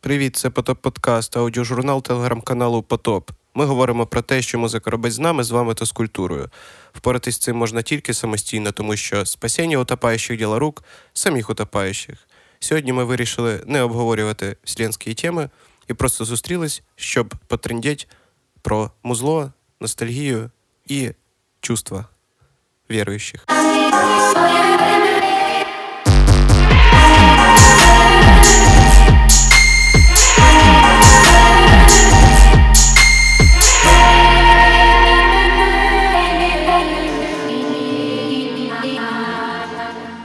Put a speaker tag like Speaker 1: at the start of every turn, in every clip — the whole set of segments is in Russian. Speaker 1: Привіт, це Потоп Подкаст, аудіожурнал телеграм-каналу Потоп. Ми говоримо про те, що музика робить з нами, з вами та з культурою. Впоратись з цим можна тільки самостійно, тому що спасіння утопаючих діла рук самих утопаючих. Сьогодні ми вирішили не обговорювати вселенські теми і просто зустрілись, щоб потрендять про музло, ностальгію і чувства віруючих.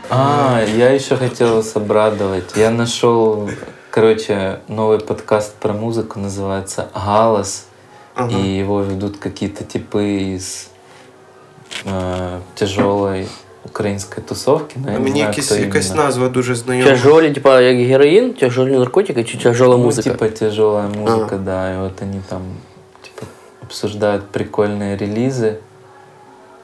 Speaker 2: А, я еще хотел вас обрадовать. Я нашел, короче, новый подкаст про музыку, называется «Галас». И его ведут какие-то типы из тяжелой украинской тусовки. Но я не
Speaker 1: Мені
Speaker 2: знаю,
Speaker 1: якісь,
Speaker 2: кто
Speaker 1: якась
Speaker 2: именно.
Speaker 1: назва дуже знайома.
Speaker 3: Тяжолі, типа як героїн, тяжолі наркотики чи тяжола
Speaker 2: Ну,
Speaker 3: музика.
Speaker 2: Типа
Speaker 1: А.
Speaker 2: тяжелая музыка, да. И вот они там типа, обсуждают прикольные релизы.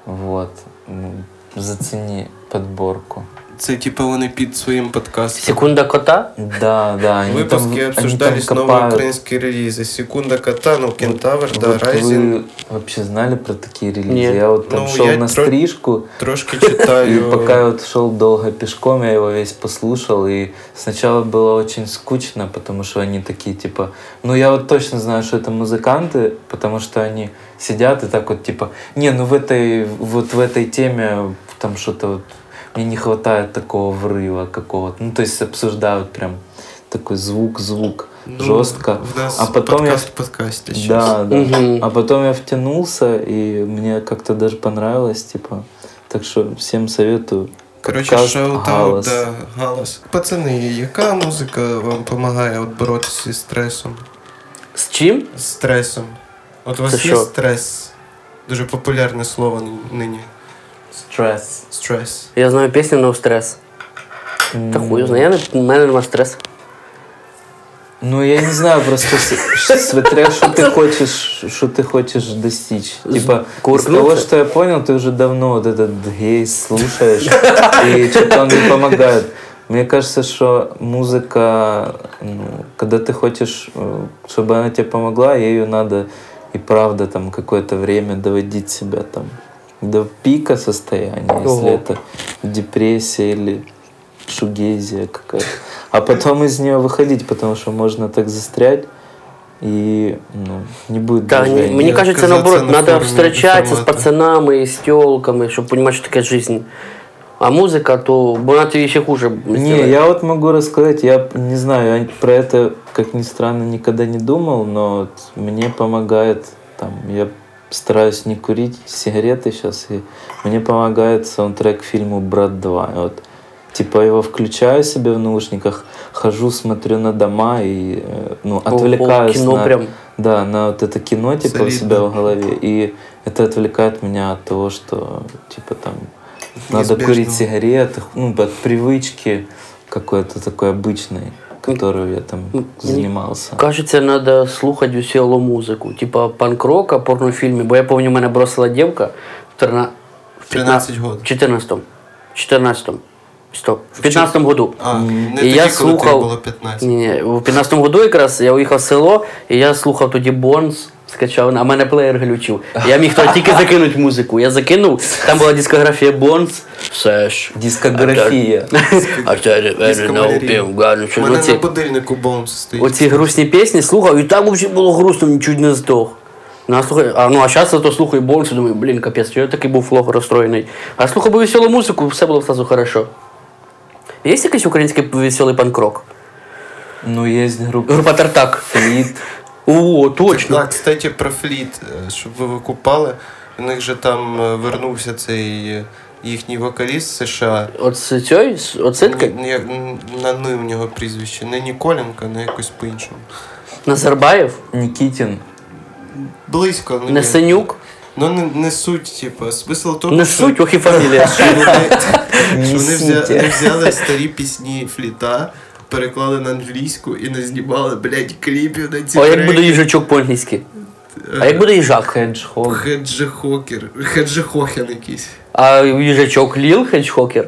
Speaker 2: Вот. М, Зацени подборку.
Speaker 1: Це типу вони під своїм подкастом.
Speaker 3: Секунда кота.
Speaker 2: Да, да. Они там,
Speaker 1: Выпуски
Speaker 2: они
Speaker 1: обсуждались
Speaker 2: там
Speaker 1: новые
Speaker 2: копают.
Speaker 1: украинские релизы. Секунда кота, ну, Кентавр, да,
Speaker 2: Вот
Speaker 1: Райзен.
Speaker 2: Вы вообще знали про такие релизы?
Speaker 3: Нет.
Speaker 2: Я вот там
Speaker 1: Ну,
Speaker 2: шел
Speaker 1: я
Speaker 2: на
Speaker 1: тро-
Speaker 2: стрижку,
Speaker 1: Трошки
Speaker 2: и
Speaker 1: читаю.
Speaker 2: пока я вот шел долго пешком, я его весь послушал, и сначала было очень скучно, потому что они такие, типа, ну я вот точно знаю, что это музыканты, потому что они сидят и так вот, типа, не, ну в этой, вот в этой теме там что-то вот, мне не хватает такого врыва какого-то, ну то есть обсуждают прям такой звук-звук
Speaker 1: Ну,
Speaker 2: жестко,
Speaker 1: В нас
Speaker 2: а потом я
Speaker 1: подкаст в подкасте сейчас.
Speaker 2: Да, да.
Speaker 3: Мгм.
Speaker 2: А потом я втянулся, и мне как-то даже понравилось, типа. Так что всем советую.
Speaker 1: Короче,
Speaker 2: Подкаст
Speaker 1: шаутаут,
Speaker 2: «Галас».
Speaker 1: да, галас. Пацани, яка музика вам допомагає от боротися зі стресом?
Speaker 3: З чим?
Speaker 1: З стресом. От у вас
Speaker 3: Це
Speaker 1: є
Speaker 3: що?
Speaker 1: стрес? Дуже популярне слово нині.
Speaker 2: Стрес.
Speaker 1: Стрес.
Speaker 3: Я знаю пісню «No Stress». Та хуй знаю, я не, в мене нема стресу.
Speaker 2: Ну, я не знаю, просто с- ш- смотря, что ты хочешь, что ты хочешь достичь. Типа, из
Speaker 3: куркнуться?
Speaker 2: того, что я понял, ты уже давно вот этот гей слушаешь, и что-то он не помогает. Мне кажется, что музыка, ну, когда ты хочешь, э, чтобы она тебе помогла, ею надо и правда там какое-то время доводить себя там до пика состояния, если
Speaker 3: Ого.
Speaker 2: это депрессия или шугезия какая-то. А потом из нее выходить, потому что можно так застрять и ну, не будет
Speaker 3: Та, ні,
Speaker 2: движения.
Speaker 3: мені
Speaker 1: я
Speaker 3: кажеться,
Speaker 1: оказався
Speaker 3: наоборот,
Speaker 1: на
Speaker 3: треба
Speaker 1: форумі
Speaker 3: встречатися з
Speaker 1: інформата.
Speaker 3: пацанами, і з тілками, щоб розуміти, що таке життя. А музика, то бо вона тобі ще хуже.
Speaker 2: Не,
Speaker 3: зробить.
Speaker 2: я вот могу рассказать, я не знаю, я про это, как ни странно, никогда не думал, но вот мне помогает, там, я стараюсь не курить сигареты сейчас, и мне помогает саундтрек к фильму «Брат 2». И Вот, типа его включаю себе в наушниках, хожу, смотрю на дома и э, ну,
Speaker 3: О, о,
Speaker 2: отвлекаюсь
Speaker 3: Кіно
Speaker 2: на,
Speaker 3: прям.
Speaker 2: да, на вот это кино, типа, у
Speaker 1: Солидно.
Speaker 2: себя в голове. И это отвлекает меня от того, что, типа, там, надо
Speaker 1: Неизбежно.
Speaker 2: курить сигареты, ну, от привычки какой-то такой обычной, которую я там
Speaker 3: Ну,
Speaker 2: занимался.
Speaker 3: Кажеться, треба слухати усю село музику, типа панк-рока, порнофільми, бо я пам'ятаю, мене бросила дівка в 13 в
Speaker 1: 13
Speaker 3: 15
Speaker 1: год.
Speaker 3: 14 14 стоп, в 15 году.
Speaker 1: А, не
Speaker 3: І
Speaker 1: тоді,
Speaker 3: я
Speaker 1: коли тобі
Speaker 3: слухав-
Speaker 1: було 15.
Speaker 3: Ні, ні, в 15 году якраз я уїхав в село, і я слухав тоді Бонс, скачав, а мене плеєр глючив. Я міг то тільки закинути музику. Я закинув, там була дискографія Бонс, все ж.
Speaker 2: Дискография.
Speaker 3: А це
Speaker 1: Дискомалерія. У
Speaker 3: ну,
Speaker 1: мене
Speaker 3: оці-
Speaker 1: на будильнику бомс стоїть.
Speaker 3: Оці грустні пісні слухав, і там взагалі було грустно, нічого не здох. Ну, а слухай, а ну а зараз то слухаю Бонс і думаю, блін, капець, що я такий був флог розстроєний. А слухав би веселу музику, все було одразу хорошо. Є якийсь український веселий панк-рок?
Speaker 2: Ну, есть группа
Speaker 3: Група Тартак.
Speaker 2: Флит.
Speaker 3: О,
Speaker 1: Так,
Speaker 3: точно.
Speaker 1: кстати, про фліт, е, щоб ви викупали. У них же там е, вернувся цей е, їхній вокаліст з США.
Speaker 3: Оце цей, з- оце таке?
Speaker 1: Ні- ні- н- На ну в нього прізвище. Не Ніколенко, не якось по-іншому.
Speaker 3: Назарбаєв,
Speaker 2: Никитин.
Speaker 1: Близько. ну, ні.
Speaker 3: Несенюк.
Speaker 1: Ну не, не суть, типу. Смисл того,
Speaker 3: Не
Speaker 1: що-
Speaker 3: суть, е. ох і фамілія.
Speaker 1: що вони, що вони
Speaker 2: Несите.
Speaker 1: взя- вони взяли старі пісні фліта, переклали на англійську і не знімали, блядь, кліпів на ці Е,
Speaker 3: О, як
Speaker 1: треки.
Speaker 3: буде їжачок по-англійськи? А як буде їжак?
Speaker 2: Хеджхог.
Speaker 1: Хеджехокер. Хеджехохен якийсь.
Speaker 3: А їжачок Ліл Хеджхокер?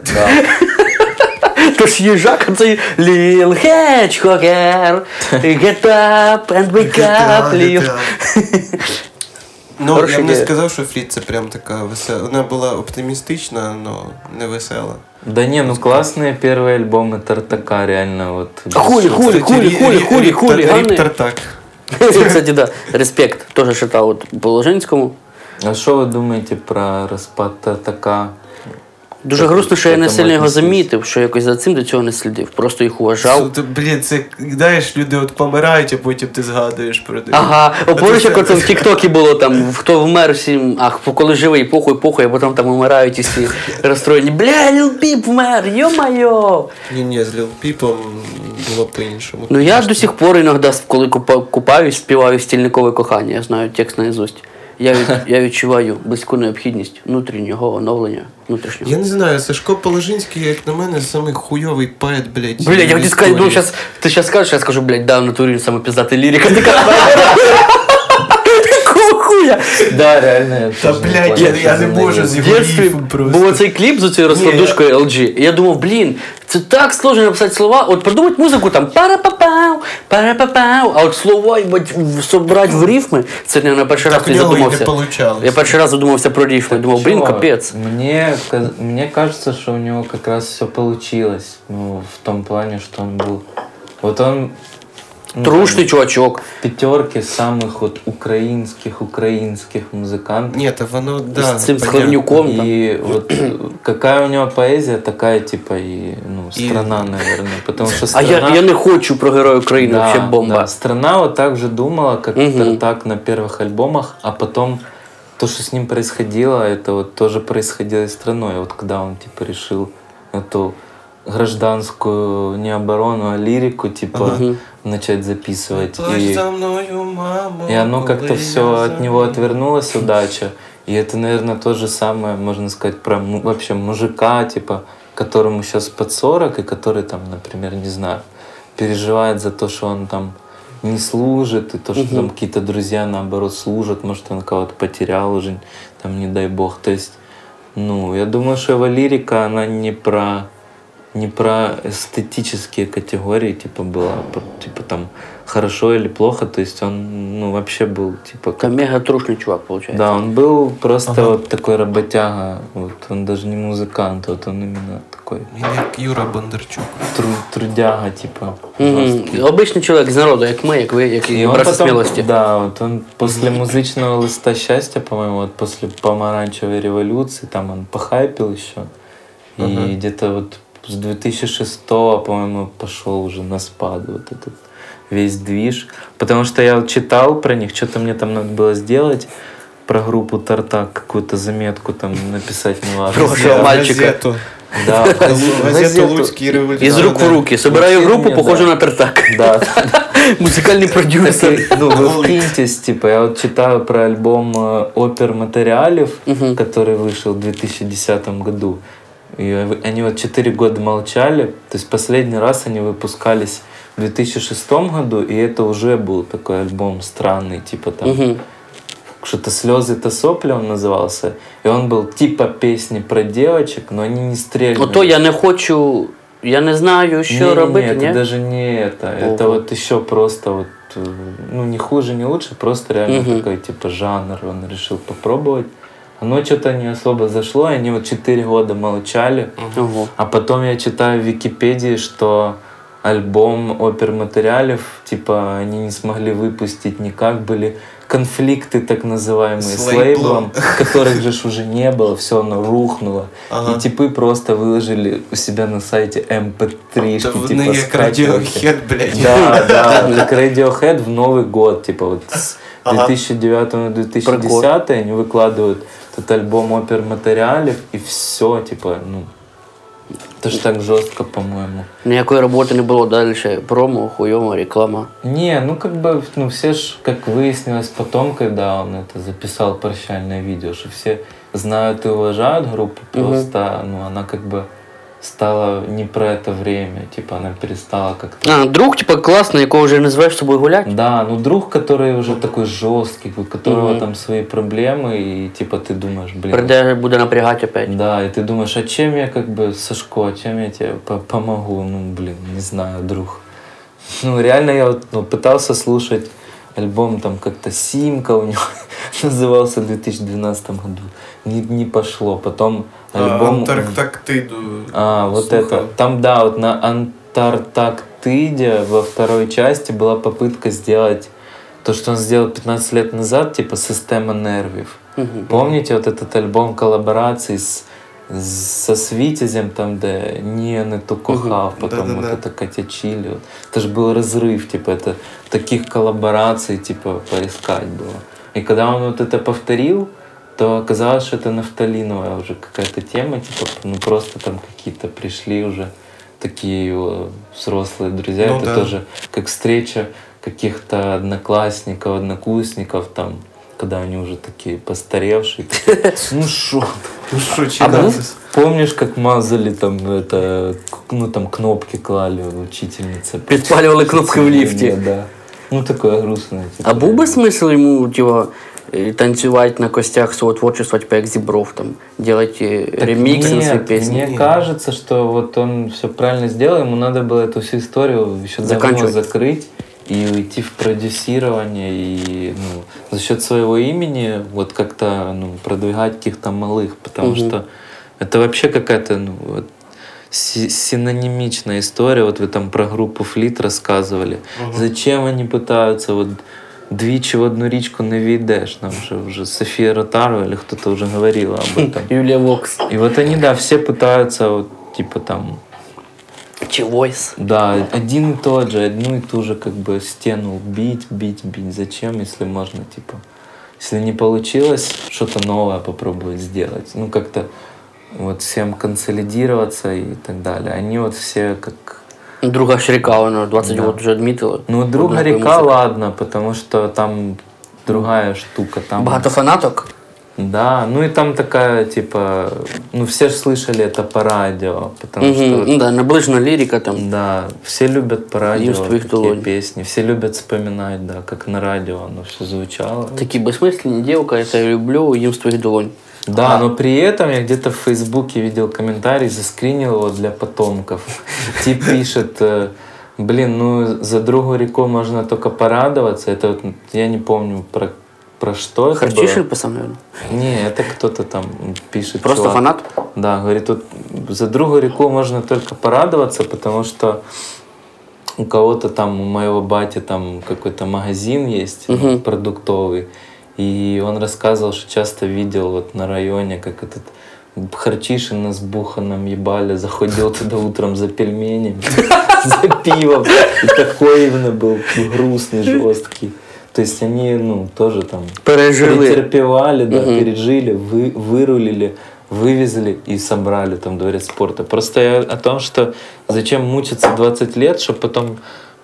Speaker 3: То ж їжак, а цей Ліл Хечкокер, Get up and wake
Speaker 1: А,
Speaker 3: up, Ліл.
Speaker 1: Ну,
Speaker 3: Хороша
Speaker 1: я б не
Speaker 3: ідея.
Speaker 1: сказав, що Фріт це прям така весела. Вона була оптимістична, але не весела.
Speaker 2: Да не, ну классные первые альбомы Тартака, реально вот.
Speaker 3: Хули, хули, хули, хули, хули, хули,
Speaker 1: Ріптер
Speaker 3: гарний.
Speaker 1: так.
Speaker 3: Це, Кстати, да, респект. Тоже шатаут Положенському.
Speaker 2: А что вы думаете про распад Тартака?
Speaker 3: Дуже
Speaker 2: Так,
Speaker 3: грустно, що я
Speaker 2: що
Speaker 3: не
Speaker 2: там
Speaker 3: сильно його
Speaker 2: відноситься?
Speaker 3: замітив, що якось за цим до цього не слідив. Просто їх
Speaker 1: Це,
Speaker 3: уважав.
Speaker 1: ти, блін, це знаєш, люди от помирають, а потім ти згадуєш про них.
Speaker 3: Ага,
Speaker 1: А
Speaker 3: поруч,
Speaker 1: це-
Speaker 3: як оце в Тіктокі було там, хто вмер всім, ах, коли живий, похуй, похуй, а потім там вмирають і всі розстроєні. Бля, Ліл Піп вмер, йо-майо!
Speaker 1: Ні, ні, з Ліл Піпом було по-іншому.
Speaker 3: Ну я до сих пор іноді, коли купа- купаюсь, співаю стільникове кохання, я знаю текст наїзусть. Я, від- я відчуваю близьку необхідність внутрішнього оновлення внутрішнього.
Speaker 1: Я не знаю, Сашко Положинський, як на мене, самий хуйовий поет, блядь.
Speaker 3: Блядь, я
Speaker 1: в
Speaker 3: хотів сказати, ну
Speaker 1: історії.
Speaker 3: сейчас, ти сейчас скажеш, я скажу, блядь, да, в натурі саме пиздатий лірика. Ти кажеш, Какого хуя?
Speaker 2: Да, реально.
Speaker 1: Та блядь, я, я не можу з
Speaker 3: В
Speaker 1: його
Speaker 3: детстві
Speaker 1: ліфом просто.
Speaker 3: був цей кліп з цією розкладушкою LG. І я думав, блін, це так сложно написати слова. От придумати музику там пара-па-пау, пара-па-пау, а от слова їбать, в- собрати в рифми, це я на перший раз
Speaker 1: Так у
Speaker 3: не
Speaker 1: нього і не
Speaker 3: задумався.
Speaker 1: получалось.
Speaker 3: Я перший раз задумався про рифми. Думав, блін, капець.
Speaker 2: Мне, ка- мне кажется, что у него как раз все получилось. Ну, в том плане, что он был... Вот он
Speaker 1: Ну,
Speaker 3: Трушний чувачок.
Speaker 2: пятерки самых вот украинских, украинских музыкантов.
Speaker 1: Ні, та воно, да.
Speaker 3: З цим
Speaker 1: понятно.
Speaker 3: Славнюком. там.
Speaker 2: И вот какая у него поэзия, такая типа и ну, страна, наверное. Потому что
Speaker 3: А
Speaker 2: страна...
Speaker 3: я, я не хочу про Героя України,
Speaker 2: Да,
Speaker 3: вообще бомба.
Speaker 2: да. Страна вот так же думала, как
Speaker 3: Мгм.
Speaker 2: так на первых альбомах, а потом то, что с ним происходило, это вот тоже происходило и страной. Вот когда он типа решил эту гражданскую не оборону, а лирику типа
Speaker 3: Мгм.
Speaker 2: начать записывать.
Speaker 1: Плач
Speaker 2: И,
Speaker 1: за мною, мамо,
Speaker 2: и оно как-то
Speaker 1: коли
Speaker 2: все
Speaker 1: я
Speaker 2: от него
Speaker 1: забуду.
Speaker 2: отвернулось, удача. И это, наверное, то же самое, можно сказать, про му- вообще мужика, типа, которому сейчас под 40, и который там, например, не знаю, переживает за то, что он там не служит, и то, что там какие-то друзья, наоборот, служат, может, он кого-то потерял уже, там, не дай бог. То есть, ну, я думаю, что его лирика, она не про не про эстетические категории, типа, была, про, типа, там, хорошо или плохо, то есть он, ну, вообще был, типа, как...
Speaker 3: Там мега трушний чувак, виходить.
Speaker 2: Да, он был просто вот такой работяга, вот, он даже не музыкант, вот он именно такой
Speaker 1: Він як Юра Бондарчук.
Speaker 2: тру- трудяга, типа, жесткий.
Speaker 3: Угу. Обичний чоловік з народу, як ми, як ви, як і
Speaker 2: он
Speaker 3: образ
Speaker 2: потом-
Speaker 3: смілості.
Speaker 2: Да, вот он после музычного листа счастья, по-моему, вот после помаранчевой революции, там он похайпил еще. И где-то вот с 2006, по-моему, пошел уже на спад вот этот весь движ. Потому что я вот читал про них, что-то мне там надо было сделать про группу Тартак, какую-то заметку там написать не важно.
Speaker 3: Про Хорошо, мальчика.
Speaker 1: Газету.
Speaker 2: Да,
Speaker 1: Газету,
Speaker 2: газету.
Speaker 1: Луцький революціонер.
Speaker 3: Із рук в руки. Собираю
Speaker 2: Вообще
Speaker 3: групу,
Speaker 2: ні,
Speaker 3: похожу
Speaker 2: да.
Speaker 3: на тартак.
Speaker 2: Да,
Speaker 3: Музикальний продюсер.
Speaker 2: Если, ну, вы вкиньтесь, типа, я вот читаю про альбом э, «Опер материалев», который вышел в 2010 году. И э, они вот 4 года молчали. То есть последний раз они выпускались в 2006 году, и это уже был такой альбом странный, типа там
Speaker 3: Мгм.
Speaker 2: что-то слезы то сопли он назывался. И он был типа песни про девочек, но они не стреляли.
Speaker 3: Ото я не хочу, я не знаю, що робити,
Speaker 2: Нет,
Speaker 3: ні?
Speaker 2: даже не это. Это
Speaker 3: Ого.
Speaker 2: вот еще просто вот, э, ну, не хуже, не лучше, просто реально
Speaker 3: Мгм.
Speaker 2: такой, типа, жанр он решил попробовать. Оно что-то не особо зашло, и они вот 4 года молчали.
Speaker 3: Ого.
Speaker 2: А потом я читаю в Википедии, что альбом опер материалов, типа, они не смогли выпустить никак, были конфликты так называемые
Speaker 1: С
Speaker 2: с,
Speaker 1: лейблом.
Speaker 2: лейблом, которых же ж уже не было, все оно рухнуло.
Speaker 1: Ага.
Speaker 2: И типы просто выложили у себя на сайте эм mp3.
Speaker 1: Та
Speaker 2: шки,
Speaker 1: вони
Speaker 2: типа,
Speaker 1: як
Speaker 2: скачивайте.
Speaker 1: радіохід, блядь.
Speaker 2: Да, да, как Radiohead в Новый год, типа вот с 2009 на 2010 они выкладывают этот альбом опер материалов и все, типа, ну, это ж так жестко, по-моему.
Speaker 3: Ніякої роботи не було далі. Промо, хуйома, реклама.
Speaker 2: Не, ну как бы, ну все ж, как выяснилось потом, когда он это записал прощальное видео, что все знают и уважают группу, просто, ну она как бы стала не про это время, типа она перестала как-то...
Speaker 3: А, друг, типа, классный, якого вже не звеш з собою гулять.
Speaker 2: Да, ну друг, который уже такой жесткий, у которого
Speaker 3: Мгм.
Speaker 2: там свои проблемы, і типа ти думаєш, блін.
Speaker 3: Прийде, буде напрягати опять.
Speaker 2: Да, и ты думаешь, а чем я как бы, Сашко, а чем я тебе по- помогу? Ну, блин, не знаю, друг. Ну, реально я вот, ну, пытался слушать альбом там как-то «Симка» у него назывался в 2012 году. Не, не пошло. Потом
Speaker 1: А,
Speaker 2: альбом... А, вот
Speaker 1: Слухал.
Speaker 2: это. Там, да, вот на Антарктиде во второй части была попытка сделать то, что он сделал 15 лет назад, типа «Система нервив».
Speaker 3: Мгм.
Speaker 2: Помните вот этот альбом коллаборации с, с- со Свитязем, там, де не ту кохав, потом
Speaker 1: Да-да-да.
Speaker 2: вот это Катя Чили. вот. Это же был разрыв, типа, это таких коллабораций, типа, поискать было. И когда он вот это повторил, то оказалось, что это нафталиновая уже какая-то тема, типа, ну просто там какие-то пришли уже такие его взрослые друзья.
Speaker 1: Ну
Speaker 2: это
Speaker 1: да.
Speaker 2: тоже как встреча каких-то одноклассников, однокурсников, там, когда они уже такие постаревшие. такие, Ну шо ты?»
Speaker 1: Шучу,
Speaker 2: А да. Помнишь, как мазали там это, ну там кнопки клали учительница?
Speaker 3: Підпалювали кнопки в ліфті.
Speaker 2: Да. Ну такое грустное. типа.
Speaker 3: А був би смисл йому, типа, е, танцювати на костях свого творчества, типа, як зібров, там, делать е,
Speaker 2: Так
Speaker 3: ремікси на свої
Speaker 2: нет,
Speaker 3: пісні.
Speaker 2: Э, Мне кажется, что вот он все правильно сделал, ему надо было эту всю историю еще давно
Speaker 3: Заканчивать.
Speaker 2: закрыть и уйти в продюсирование и ну, за счет своего имени вот как-то ну, продвигать каких-то малых, потому
Speaker 3: Мгм.
Speaker 2: что это вообще какая-то ну, вот, си- синонимичная история. Вот вы там про группу Флит рассказывали. Зачем они пытаются вот двічі в одну річку не війдеш? Нам же вже Софія Ротару или хто-то вже говорила об этом.
Speaker 3: Юлія Вокс.
Speaker 2: И вот они, да, все пытаются, вот, типа там,
Speaker 3: Чи Войс.
Speaker 2: да, один и тот же, одну и ту же, как бы, стену бить, бить, бить. Зачем, если можно, типа, если не получилось, что-то новое попробовать сделать. Ну, как-то вот всем консолидироваться и так далее. Они вот все как...
Speaker 3: Друга ж ріка, вона 20
Speaker 2: Да.
Speaker 3: років вже відмітила.
Speaker 2: Ну, друга
Speaker 3: Однакові
Speaker 2: река,
Speaker 3: музики.
Speaker 2: ладно, потому что там другая штука. Там...
Speaker 3: Багато фанаток.
Speaker 2: Да, ну и там такая, типа, ну все же слышали это по радио, потому что
Speaker 3: Мгм. Ну да, наближена лірика там.
Speaker 2: Да, все любят по радио
Speaker 3: Юз твоих
Speaker 2: такие
Speaker 3: долонь.
Speaker 2: песни, все любят вспоминать, да, как на радио оно все звучало.
Speaker 3: Такі безсмислені, дівка, я тебе люблю, їм з твоїх долонь. а
Speaker 2: Да, но при этом я где-то в Фейсбуке видел комментарий, заскринил его для потомков. Тип пишет, э, блин, ну за другу реку можно только порадоваться. Это вот, я не помню про, про что это
Speaker 3: Харчишель
Speaker 2: было.
Speaker 3: писав, мабуть.
Speaker 2: Не, это кто-то там пишет.
Speaker 3: Просто
Speaker 2: чувак.
Speaker 3: фанат.
Speaker 2: Да, говорит, тут за другу реку можно только порадоваться, потому что у кого-то там, у моего бати там какой-то магазин есть ну,
Speaker 3: Мгм.
Speaker 2: продуктовый, и он рассказывал, что часто видел вот на районе, как этот Харчишина с Буханом ебали, заходил туда утром за пельменями, за пивом, и такой именно был грустный, жесткий. То есть они, ну, тоже там
Speaker 3: Пережили.
Speaker 2: Претерпевали, да,
Speaker 3: Мгм.
Speaker 2: пережили, вы, вырулили, вывезли и собрали там дворец спорта. Просто я о том, что зачем мучиться 20 лет, чтобы потом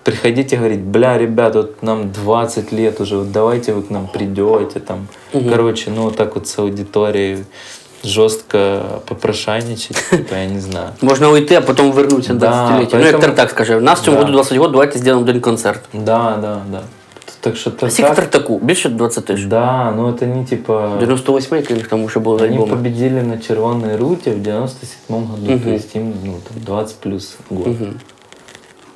Speaker 2: приходить и говорить, бля, ребят, вот нам 20 лет уже, вот давайте вы к нам придете. Там. Короче, ну вот так вот с аудиторией жестко попрошайничать, типа, я не знаю.
Speaker 3: Можна уйти, а потім вернутися
Speaker 2: Да,
Speaker 3: да, 20 Ну, як
Speaker 2: поэтому-
Speaker 3: Тартак скаже, у нас в цьому
Speaker 2: Да.
Speaker 3: году 20 років, давайте зробимо один концерт.
Speaker 2: Да, да, да. Так что
Speaker 3: А Скільки
Speaker 2: так,
Speaker 3: Тартаку? Більше 20 ж.
Speaker 2: да, ну это не типа...
Speaker 3: 98 яких там ще було
Speaker 2: Они
Speaker 3: альбома.
Speaker 2: победили на червоной руте в 97 году, то есть им ну, там 20 плюс год.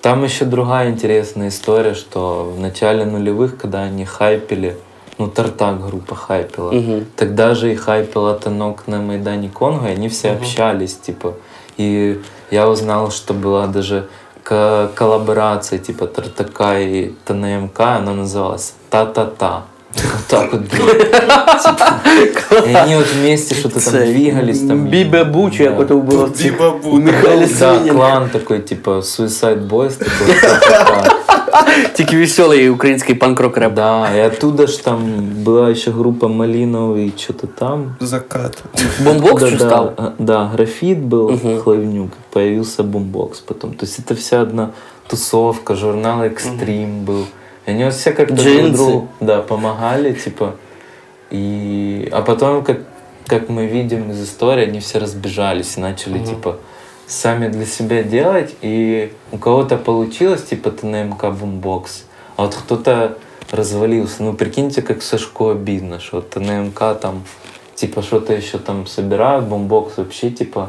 Speaker 2: Там еще другая интересная история, что в начале нулевых, когда они хайпили, ну, Тартак группа хайпила, тогда же и хайпила Танок на Майдане Конго, и они все общались, типа. И я узнал, что была даже ко- коллаборация, типа, Тартака и ТНМК, она называлась «Та-та-та». Вот так вот было. И они вот вместе что-то там двигались. там. ну,
Speaker 3: Бібе Бучу, як ото було. в цих- У Михайла
Speaker 2: Да,
Speaker 3: Савініна.
Speaker 2: клан такой, типа, Suicide Boys. типа, такой, «Та-та-та».
Speaker 3: Тільки веселий український панк-рок реп.
Speaker 2: Да, и оттуда ж там была еще группа Малиновый, что-то там.
Speaker 1: Закат.
Speaker 3: Бомбокс
Speaker 2: Да,
Speaker 3: чи
Speaker 2: да,
Speaker 3: став?
Speaker 2: э, Да, графит был, Хлавнюк, появился бумбокс потом. То есть это вся одна тусовка, журнал Экстрим был. И они вот все как-то друг
Speaker 3: Джинсы.
Speaker 2: другу да, помогали, типа. И... А потом, как, как мы видим из истории, они все разбежались и начали, типа, сами для себя делать. И у кого-то получилось, типа ТНМК бумбокс, а вот кто-то развалился. Ну, прикиньте, как Сашко обидно, что ТНМК там, типа, что-то еще там собирают, бумбокс вообще, типа,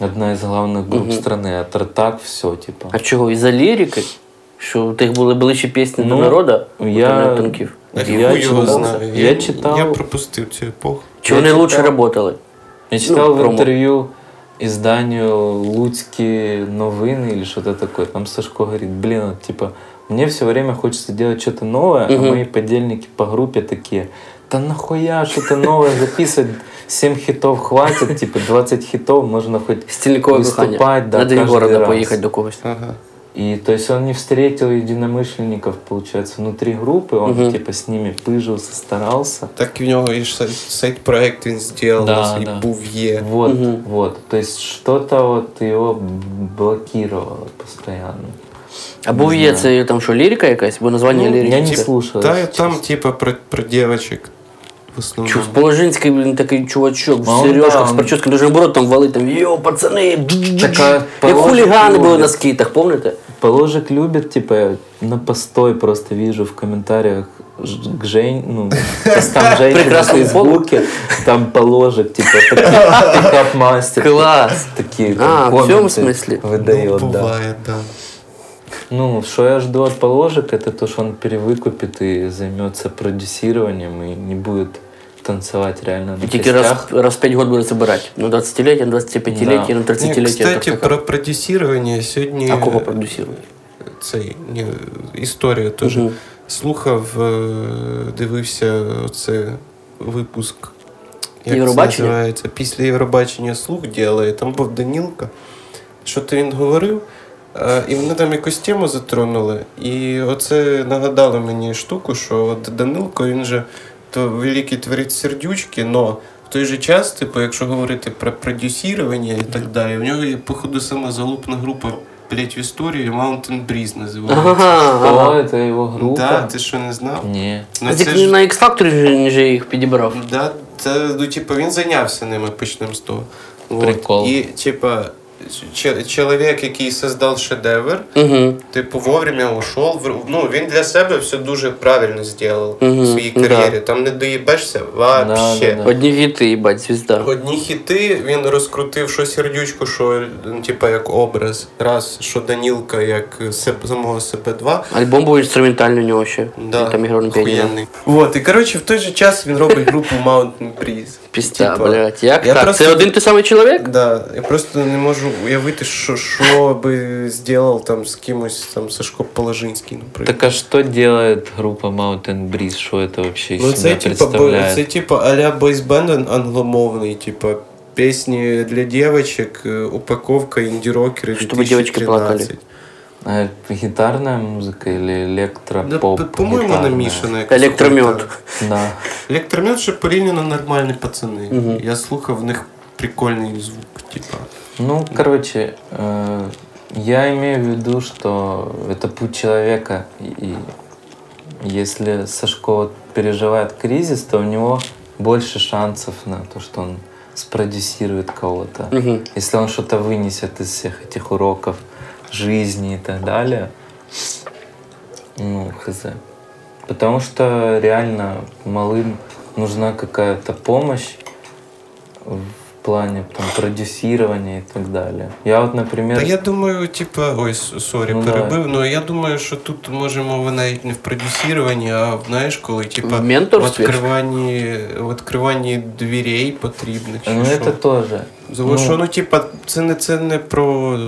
Speaker 2: одна из главных групп страны, а Тартак все, типа.
Speaker 3: А чого? Із-за лірики? Що у тих були ближчі пісні
Speaker 2: Ну,
Speaker 3: до народу,
Speaker 2: я- Э,
Speaker 3: я... танків.
Speaker 1: Та
Speaker 2: Я
Speaker 1: хуй його
Speaker 2: читав.
Speaker 1: знаю.
Speaker 2: Я читав.
Speaker 1: Я пропустив цю епоху.
Speaker 3: Чи вони
Speaker 2: читав.
Speaker 3: лучше працювали?
Speaker 2: Я читал Ну, в
Speaker 3: промо.
Speaker 2: интервью изданию «Луцкие новины» или что-то такое. Там Сашко говорит, блин, вот, типа, мне все время хочется делать что-то новое, а мои подельники по группе такие, да нахуя что-то новое записывать, 7 хитов хватит, типа 20 хитов можно хоть...
Speaker 3: Стільникове кохання.
Speaker 2: Виступать, да,
Speaker 3: Надо від
Speaker 2: кожний
Speaker 3: города
Speaker 2: раз. Ну,
Speaker 3: поїхати до когось.
Speaker 1: Ага.
Speaker 2: И то есть он не встретил единомышленников, получается, внутри группы, он типа с ними пыжился, старался.
Speaker 1: Так в нього і ж сайт- сайт-проект він зробив,
Speaker 2: Да,
Speaker 1: і
Speaker 2: да.
Speaker 1: був є.
Speaker 2: Вот, вот. То есть что-то вот его блокировало постоянно.
Speaker 3: А був є це там що, лірика якась? Бо названня
Speaker 2: Ну,
Speaker 3: лірики.
Speaker 2: я не
Speaker 3: це-
Speaker 2: слушал.
Speaker 1: Та
Speaker 2: если
Speaker 1: й там,
Speaker 2: честно.
Speaker 1: типа, про, про дівчинок. В основному.
Speaker 3: Чу- Положинський, блін, такий чувачок в
Speaker 2: А он, Ну, да,
Speaker 3: сережках з
Speaker 2: он-
Speaker 3: прическами, дуже наоборот там валить там, йо, пацани, дж-дж-дж».
Speaker 2: Така
Speaker 3: як
Speaker 2: положить
Speaker 3: хулігани були
Speaker 2: любить.
Speaker 3: на скітах, помните?
Speaker 2: Положек любит, типа, я на постой просто вижу в комментариях ж- к Жень, ну, там женщины в
Speaker 3: Прекрасному полу.
Speaker 2: Фейсбуке, там положек, типа, пикап мастер.
Speaker 3: Клас.
Speaker 2: Такие
Speaker 3: А,
Speaker 2: там,
Speaker 3: в цьому
Speaker 2: комменты
Speaker 3: смислі?
Speaker 1: Ну,
Speaker 2: Выдает, да.
Speaker 1: буває, да.
Speaker 2: Ну, что я жду от положек, это то, что он перевыкупит и займется продюсированием и не будет танцевать реально на
Speaker 3: Тільки раз,
Speaker 2: костях.
Speaker 3: раз в 5 років буде забирати. Ну, На 20-ліття, на 25-ліття,
Speaker 2: Да.
Speaker 3: на
Speaker 1: Ні,
Speaker 3: 30-ліття.
Speaker 1: Ну, кстати,
Speaker 3: ну, так,
Speaker 1: про продюсирование сьогодні.
Speaker 3: А кого продюсирують?
Speaker 1: цей ні, історію теж
Speaker 3: Мгм.
Speaker 1: слухав, е, дивився це випуск.
Speaker 3: Євробачення?
Speaker 1: Це називається? Після Євробачення слух діяли, там був Данілка. Що то він говорив? е, І вони там якусь тему затронули. І оце нагадало мені штуку, що от Данилко він же то великий творець сердючки, но в той же час, типу, якщо говорити про продюсірування і так далі, в нього є, походу, сама залупна група блять в історії Mountain Breeze називається.
Speaker 3: Ага, Ну,
Speaker 2: Кто?
Speaker 3: ага.
Speaker 2: Это его группа?
Speaker 1: Да, ти що не знав?
Speaker 2: Не.
Speaker 1: Ну,
Speaker 3: Це
Speaker 1: це ж-
Speaker 3: на X-Factor же- же їх підібрав.
Speaker 1: Да, це, ну, типу, він зайнявся ними, почнемо з того. Вот.
Speaker 2: Прикол.
Speaker 1: І, типа, ч- чоловік, який создав шедевр,
Speaker 3: Угу.
Speaker 1: типу, вовремя ушов. в- Ну, він для себе все дуже правильно зробив
Speaker 3: Мгм,
Speaker 1: в своїй
Speaker 3: да.
Speaker 1: кар'єрі. Там не доїбешся вообще.
Speaker 2: Да.
Speaker 3: Одні гіти, їбать, звізда.
Speaker 1: Одні хіти він розкрутив що сердючку, що ну, типа як образ. Раз, що Данілка як себе- самого себе два.
Speaker 3: Альбом був інструментальний у нього ще.
Speaker 1: Да,
Speaker 3: Він там іграв на піаніно.
Speaker 1: охуєнний. Вот, і коротше, в той же час він робить групу Mountain Breeze. Типу,
Speaker 3: Піста,
Speaker 1: Типа,
Speaker 3: блядь. Як
Speaker 1: я
Speaker 3: так?
Speaker 1: просто-
Speaker 3: Це один той самий чоловік?
Speaker 1: Да, я просто не можу уявити, що, що би зробив там з кимось там Сашко Положинський, наприклад.
Speaker 2: Так а что делает группа Mountain Breeze? Что это вообще из
Speaker 1: ну
Speaker 2: себя
Speaker 1: це типа бо-
Speaker 2: представляет?
Speaker 1: це типа аля бойсбенд ан- англомовний, типа пісні для дівчаток, е, упаковка інді-рокери
Speaker 3: Щоб дівчатки
Speaker 1: 2013.
Speaker 2: А это гитарная музыка или
Speaker 1: Да,
Speaker 2: электропоп?
Speaker 1: п- по-моєму,
Speaker 2: гитарная?
Speaker 1: намішана якась.
Speaker 3: Електромет.
Speaker 1: хуйта.
Speaker 2: Да.
Speaker 1: Електромет ще порівняно нормальні пацани. Я слухав в них прикольний звук, типа.
Speaker 2: Ну, короче, э, я имею в виду, что это путь человека. И и если Сашко вот переживает кризис, то у него больше шансов на то, что он спродюсирует кого-то.
Speaker 3: Мгм.
Speaker 2: Если он что-то вынесет из всех этих уроков жизни и так далее, ну, хз. Потому что реально малым нужна какая-то помощь в плане там, продюсирования и так далее. Я вот, например...
Speaker 1: Та я думаю, типа, ой, с- сорі,
Speaker 2: Ну,
Speaker 1: перебив, але я думаю, що тут може мова навіть не в продюсіруванні, а знаєш, коли типа
Speaker 3: В менторстві?
Speaker 1: відкриванні, в відкриванні дверей потрібних. чи
Speaker 2: Ну,
Speaker 1: що.
Speaker 2: это тоже.
Speaker 1: Тому що, ну, типа, це не це не про е,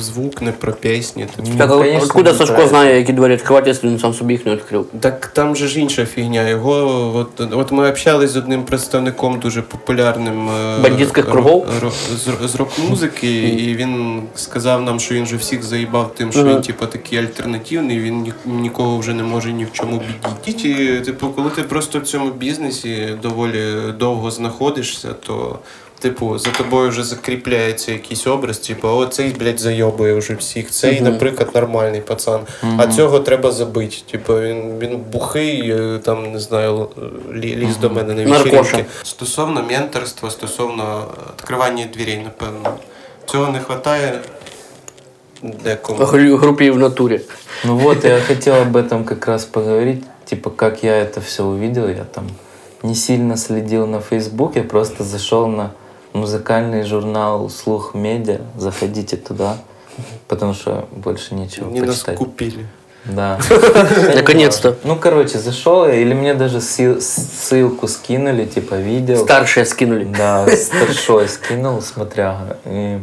Speaker 1: звук, не про пісні. типу.
Speaker 2: Ну,
Speaker 3: Так, а
Speaker 2: конечно,
Speaker 3: откуда
Speaker 2: не
Speaker 3: Сашко
Speaker 2: правильно.
Speaker 3: знає, які двері відкривати, якщо він сам собі їх не відкрив?
Speaker 1: Так там же ж інша фігня. Його от, от ми общались з одним представником дуже э, популярним е,
Speaker 3: Бандитських
Speaker 1: ро-
Speaker 3: кругов?
Speaker 1: ро- з, з рок-музики, і він сказав нам, що він же всіх заїбав тим, що він типу, такий альтернативний, він ні- нікого вже не може ні в чому бідіть. І типу, коли ти просто в цьому бізнесі доволі довго знаходишся, то. Типу, за тобою вже закріпляється якийсь образ, типу, о, цей, блядь, зайобує вже всіх. Цей, наприклад, нормальний пацан. А цього треба забити. Типу, він, він бухий, е, там, не знаю, л- лі- ліз до мене на
Speaker 3: Наркоша.
Speaker 1: вечірки. Стосовно менторства, стосовно відкривання дверей, напевно. Цього не вистачає декому.
Speaker 3: Гру- группе в натуре.
Speaker 2: Ну вот, я хотел об этом как раз поговорить. Типа, как я это все увидел, я там не сильно следил на Facebook, я просто зашел на музыкальный журнал «Слух Медиа». Заходите туда, потому что больше нечего
Speaker 1: Вони нас
Speaker 2: почитать.
Speaker 1: купили.
Speaker 2: Да.
Speaker 3: Наконец-то.
Speaker 2: Ну, короче, зашел я, или мне даже сил- ссылку скинули, типа, видео.
Speaker 3: Старшие скинули.
Speaker 2: Да, старшой скинул, смотря. И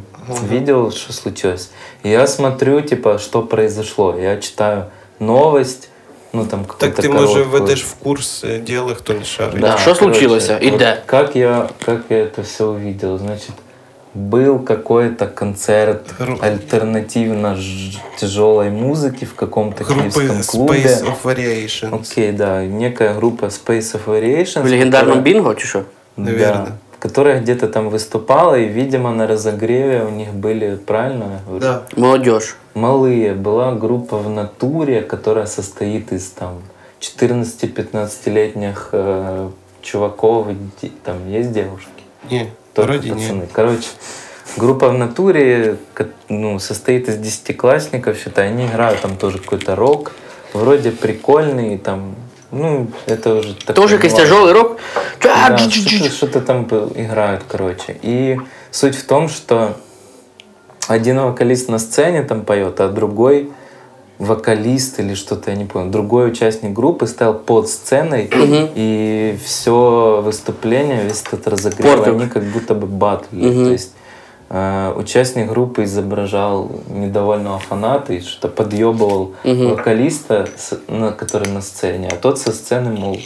Speaker 2: видел, что случилось. И я смотрю, типа, что произошло. Я читаю новость, ну там
Speaker 1: Так
Speaker 2: какую-то
Speaker 1: ти, може,
Speaker 2: короткую.
Speaker 1: ведеш в курс е, діла, хто не шарить.
Speaker 3: Да. Что
Speaker 2: короче,
Speaker 3: случилось? И
Speaker 2: вот
Speaker 3: да.
Speaker 2: Как я, как я это все увидел? Значит, был какой-то концерт
Speaker 1: Гру-
Speaker 2: альтернативно тяжелой музыки в каком-то
Speaker 1: Групи
Speaker 2: киевском клубе.
Speaker 1: Space of Variations.
Speaker 2: Окей, да, некая группа Space of Variations.
Speaker 3: В легендарном
Speaker 2: которая-
Speaker 3: бинго, чи що?
Speaker 1: Наверно.
Speaker 2: Да, которая где-то там выступала, и, видимо, на разогреве у них были, правильно я говорю?
Speaker 1: Да.
Speaker 3: Молодежь.
Speaker 2: Малые. Была группа в натуре, которая состоит из там 14-15-летних э, чуваков. и де- Там есть девушки?
Speaker 1: Ні,
Speaker 2: Только
Speaker 1: вроді ні.
Speaker 2: пацаны. Короче, группа в натуре ко- ну, состоит из десятиклассников, считай, они играют там тоже какой-то рок, вроде прикольный, там, ну, это уже... такой
Speaker 3: Тоже якийсь
Speaker 2: нюанс.
Speaker 3: тяжелый рок.
Speaker 2: Да, что-то, что-то там был- играют, короче. И суть в том, что один вокалист на сцене там поет, а другой вокалист или что-то, я не понял, другой участник группы стоял под сценой, и все выступление, весь этот разогрев,
Speaker 3: Портил.
Speaker 2: они как будто бы батлили.
Speaker 3: Мгм.
Speaker 2: То есть э, участник группы изображал недовольного фаната и что-то подъебывал
Speaker 3: Мгм.
Speaker 2: вокалиста, с- на, который на сцене, а тот со сцены, мол,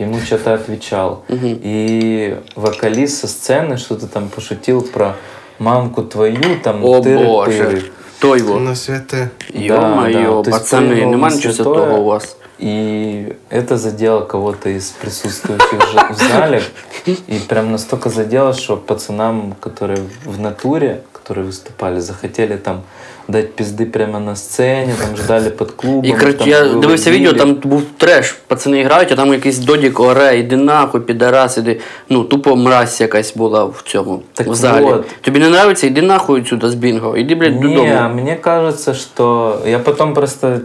Speaker 2: ему что-то отвечал. И вокалист со сцены что-то там пошутил про мамку твою, там,
Speaker 3: О
Speaker 2: тыры-пыры.
Speaker 3: боже. То його.
Speaker 1: На святе.
Speaker 3: Ё-моё,
Speaker 2: Ну, да, то есть
Speaker 3: пацани,
Speaker 2: прийняв
Speaker 3: нема
Speaker 2: на
Speaker 3: нічого
Speaker 2: святое.
Speaker 3: святого у вас.
Speaker 2: И это задело кого-то из присутствующих же в зале. И прям настолько задело, что пацанам, которые в натуре, которые выступали, захотели там дать пизды прямо на сцене, там ждали под клубом.
Speaker 3: І коротше,
Speaker 2: там
Speaker 3: я
Speaker 2: выводили.
Speaker 3: дивився відео, там був треш. Пацани грають, а там якийсь додік оре, іди нахуй, підарас, іди. Ну, тупо мразь якась була в цьому
Speaker 2: Так
Speaker 3: в залі.
Speaker 2: от.
Speaker 3: Тобі не нравиться, іди нахуй сюди з бінго. Іди, блядь,
Speaker 2: Не,
Speaker 3: додому.
Speaker 2: мне кажется, что... Я потом просто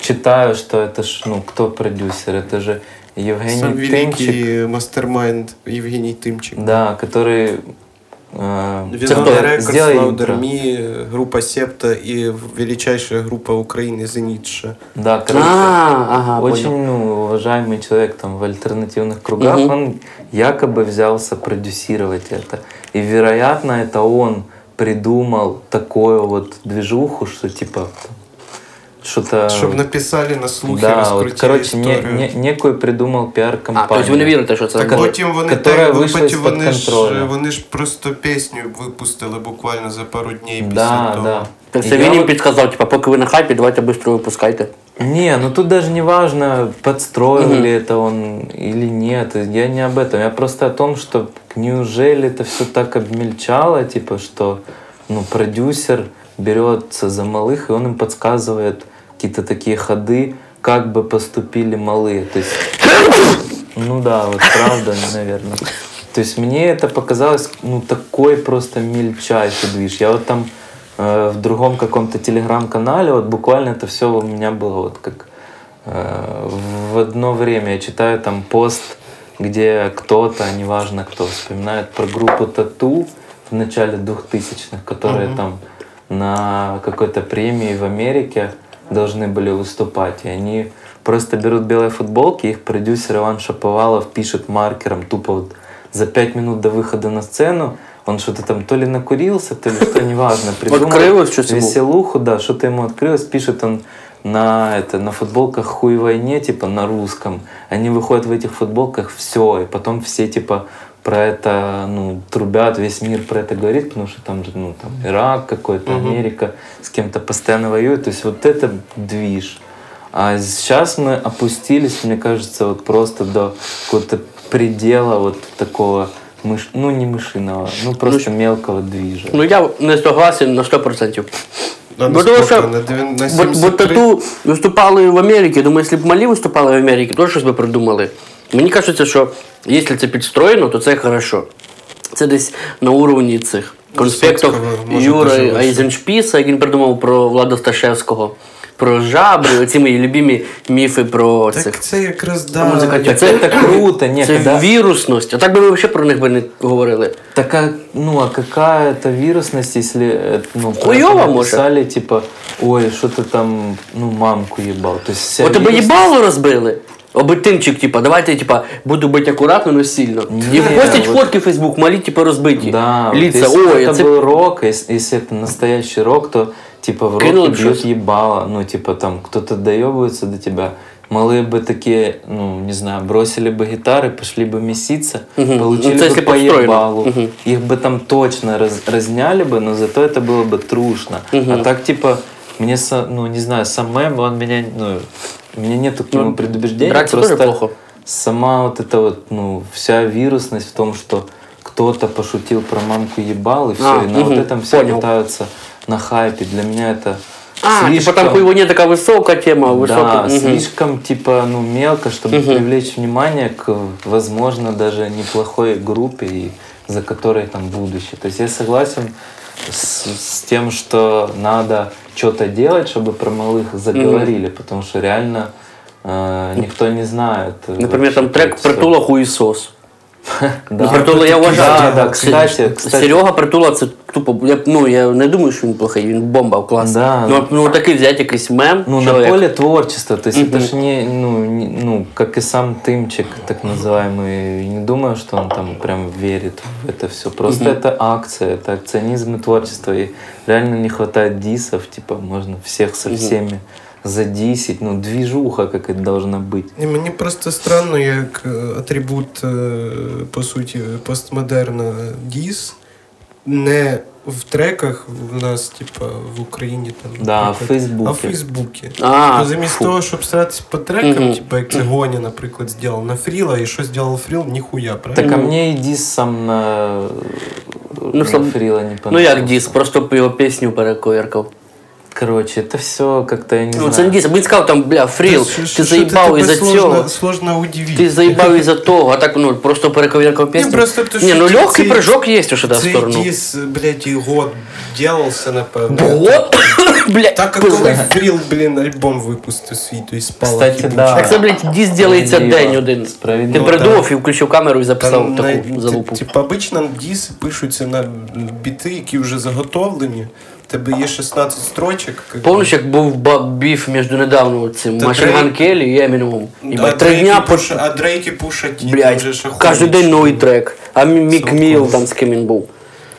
Speaker 2: читаю, что это ж, ну, кто продюсер? Это же
Speaker 1: Сам
Speaker 2: Евгений Тимчик.
Speaker 1: великий мастермайнд Євгеній Тимчик.
Speaker 2: Да, который... э,
Speaker 1: Візонний рекорд,
Speaker 2: сделай
Speaker 1: Лаудер
Speaker 2: интро.
Speaker 1: Мі, група Септа і величайша група України Зенітша.
Speaker 2: Да, короче.
Speaker 3: А, ага,
Speaker 2: очень
Speaker 3: понял.
Speaker 2: ну, уважаемый человек там в альтернативных кругах,
Speaker 3: Мгм.
Speaker 2: он якобы взялся продюсировать это. И, вероятно, это он придумал такую вот движуху, что типа там, что-то...
Speaker 1: Щоб написали на слухи,
Speaker 2: да,
Speaker 1: розкрутили
Speaker 2: вот, короче, не-
Speaker 1: історію.
Speaker 2: не- некую придумал
Speaker 3: А,
Speaker 2: пиар-компанию.
Speaker 3: тобто ви не вірите, що це
Speaker 1: Так
Speaker 3: було?
Speaker 1: потім вони
Speaker 2: которая
Speaker 1: так, ну,
Speaker 2: вийшла
Speaker 1: потім
Speaker 2: з-під
Speaker 1: вони ж,
Speaker 2: контролю.
Speaker 1: вони ж просто пісню випустили буквально за пару днів після
Speaker 2: Да,
Speaker 1: того.
Speaker 2: да.
Speaker 3: Так
Speaker 2: И
Speaker 3: це
Speaker 2: я
Speaker 3: він їм
Speaker 2: вот-
Speaker 3: підказав, типа, поки ви на хайпі, давайте швидко випускайте.
Speaker 2: Не, ну тут даже не важно, подстроил ли это он или нет. Я не об этом. Я просто о том, что неужели это все так обмельчало, типа, что ну, продюсер берется за малых, и он им подсказывает какие-то такие ходы, как бы поступили малые. То есть, ну да, вот правда, наверное. То есть мне это показалось, ну, такой просто мельчайший движ. Я вот там э, в другом каком-то телеграм-канале, вот буквально это все у меня было вот как э, в одно время. Я читаю там пост, где кто-то, неважно кто, вспоминает про группу Тату в начале 2000-х, которые там на какой-то премии в Америке должны были выступать. И они просто берут белые футболки, их продюсер Иван Шаповалов пишет маркером тупо вот за пять минут до выхода на сцену. Он что-то там то ли накурился, то ли что, неважно. придумал
Speaker 3: Открылось что-то ему?
Speaker 2: Веселуху, да, что-то ему открылось. Пишет он на, это, на футболках «Хуй войне», типа на русском. Они выходят в этих футболках, все. И потом все типа про это, ну, трубят, весь мир про это говорит, потому что там же, ну, там Ирак какой-то, Америка с кем-то постоянно воюет. То есть вот это движ. А сейчас мы опустились, мне кажется, вот просто до какого-то предела вот такого, мыш... ну, не мышиного, ну, просто мелкого движа.
Speaker 3: Ну я не согласен на 100%.
Speaker 1: Да, на
Speaker 3: Бо Ну, тому що
Speaker 1: скільки? На дев'ян- на
Speaker 3: бо- бо
Speaker 1: 73?
Speaker 3: тату виступали в Америці. Думаю, якщо б малі виступали в Америці, то щось би придумали. Мені кажеться, що якщо це підстроєно, то це хорошо. Це десь на уровні цих конспектов
Speaker 1: Висоцького, може, дуже
Speaker 3: Юри
Speaker 1: вище.
Speaker 3: Айзеншпіса, як він придумав про Влада Сташевського, про жабри, оці мої любимі міфи про цих.
Speaker 1: Так це якраз да.
Speaker 3: музикантів.
Speaker 2: Так это круто, не,
Speaker 3: Це
Speaker 2: когда-
Speaker 3: вірусність. А так би ми взагалі про них би не говорили.
Speaker 2: Так, а, ну, а какая это вирусность, если э, ну, про
Speaker 3: Хуёво,
Speaker 2: это
Speaker 3: может?
Speaker 2: написали, типа, ой, что ты там, ну, мамку ебал. То есть вся
Speaker 3: От тебе
Speaker 2: вирусность-
Speaker 3: їбало розбили. Обитимчик, типа, давайте, типа, буду бити акуратно, но сильно.
Speaker 2: Ні,
Speaker 3: І постять
Speaker 2: от-
Speaker 3: фотки в Фейсбук, малі, типа, розбиті.
Speaker 2: Да, вот
Speaker 3: Ліца,
Speaker 2: если
Speaker 3: ой,
Speaker 2: это
Speaker 3: це
Speaker 2: был рок, если, если это настоящий рок, то типа в
Speaker 3: Кинул
Speaker 2: роке бьют
Speaker 3: джаз.
Speaker 2: ебало, ну типа там кто-то доебывается до тебя. Малые бы такие, ну не знаю, бросили бы гитары, пошли бы меситься,
Speaker 3: Мгм.
Speaker 2: получили
Speaker 3: Ну, то есть
Speaker 2: бы по
Speaker 3: это подстроено.
Speaker 2: ебалу.
Speaker 3: Мгм.
Speaker 2: Их бы там точно раз- разняли бы, но зато это было бы трушно. А так типа мне, со- ну не знаю, сам мем, он меня, ну, у меня нету к нему
Speaker 3: Ну,
Speaker 2: предубеждений.
Speaker 3: драться тоже
Speaker 2: просто
Speaker 3: плохо.
Speaker 2: Сама вот эта вот, ну, вся вирусность в том, что кто-то пошутил про мамку ебал, и все,
Speaker 3: А,
Speaker 2: и на
Speaker 3: мгм,
Speaker 2: вот этом все
Speaker 3: понял.
Speaker 2: катаются на хайпе. Для меня это
Speaker 3: А, типа
Speaker 2: слишком...
Speaker 3: там хуйвоні така висока тема,
Speaker 2: да,
Speaker 3: висока. мгм.
Speaker 2: слишком типа ну мелко, чтобы привлечь внимание к, возможно, даже неплохой группе, и за которой там будущее. То есть я согласен с, с тем, что надо что-то делать, чтобы про малых заговорили, потому что реально э, никто не знает.
Speaker 3: Наприклад, там трек
Speaker 2: про
Speaker 3: Притула хуїсос.
Speaker 2: Да.
Speaker 3: Ну, Притула я вважаю.
Speaker 2: Да, да, кстати, кстати.
Speaker 3: Серега Притула це тупо. Я, ну я не думаю, що він плохий, він бомба клас.
Speaker 2: Да.
Speaker 3: Ну, от- ну такий взяти якийсь мем.
Speaker 2: Ну,
Speaker 3: чоловік.
Speaker 2: на поле творчества, то есть это же не, ну, не- ну, как и сам Тымчик, так называемый, не думаю, что он там прям верит в это все. Просто это акция, это акционизм и творчество, и реально не хватает дисов, типа можно всех со всеми задисить, ну, движуха, как это должна быть.
Speaker 1: Ні, мені просто странно, як е, атрибут, е, по суті, постмодерна діс не в треках в нас, типа, в Україні там.
Speaker 2: Да,
Speaker 1: наприклад,
Speaker 2: в Фейсбуці.
Speaker 1: А в Фейсбуці.
Speaker 3: А,
Speaker 2: Ну,
Speaker 1: Бо замість
Speaker 2: фу.
Speaker 1: Типа, того, щоб старатися по трекам,
Speaker 3: Мгм.
Speaker 1: типа, як це Гоня, наприклад, зробив на Фріла, і що зробив Фріл, ніхуя,
Speaker 2: Так
Speaker 1: правильно?
Speaker 2: а мне и дис сам на, на
Speaker 3: слаб-
Speaker 2: Фрила не
Speaker 3: ну
Speaker 2: понравился.
Speaker 3: як діс, просто б його пісню перековіркав.
Speaker 2: Короче, это все как-то, я не
Speaker 3: Ну
Speaker 2: знаю.
Speaker 3: це не діс, він сказав там, бля, фріл,
Speaker 1: Та що- що
Speaker 3: ти
Speaker 1: ти
Speaker 3: заїбав
Speaker 1: тебе
Speaker 3: із-за
Speaker 1: сложно-
Speaker 3: цього.
Speaker 1: Сложно удивити.
Speaker 3: Ти заїбав із-за того, а так ну просто перековіркав пісню.
Speaker 1: просто то,
Speaker 3: Ні,
Speaker 1: що
Speaker 3: ну
Speaker 1: ці-
Speaker 3: легкий
Speaker 1: ці-
Speaker 3: прыжок є, що да, в
Speaker 1: Цей
Speaker 3: сторону.
Speaker 1: діс, блядь, і год делався, напевно.
Speaker 3: О, блядь,
Speaker 1: Так как
Speaker 3: пизда.
Speaker 1: коли Фріл, блін, альбом випустив свій, то і спала
Speaker 2: Кстати,
Speaker 1: хібуча.
Speaker 2: да.
Speaker 3: Так це, блядь, діс ділиться
Speaker 2: Справедливо.
Speaker 3: день один. Ти
Speaker 2: Справедливо.
Speaker 3: придумав і включив камеру і записав
Speaker 1: Там
Speaker 3: таку залупу.
Speaker 1: Типа обично діси пишуться на біти, які вже заготовлені. В Тебе є 16 строчок. як би.
Speaker 3: Помниш, як був ба- біф між недавно цим
Speaker 1: Та
Speaker 3: Машин
Speaker 1: Дрейк-
Speaker 3: Ган Келлі і Емінемом. І
Speaker 1: а
Speaker 3: три
Speaker 1: Дрейки
Speaker 3: дня по
Speaker 1: пуш- а Дрейки пушать їх
Speaker 3: блядь,
Speaker 1: вже шахують.
Speaker 3: кожен день новий трек. А Мі- Мік
Speaker 1: Сам
Speaker 3: Міл
Speaker 1: клас.
Speaker 3: там з ким він був.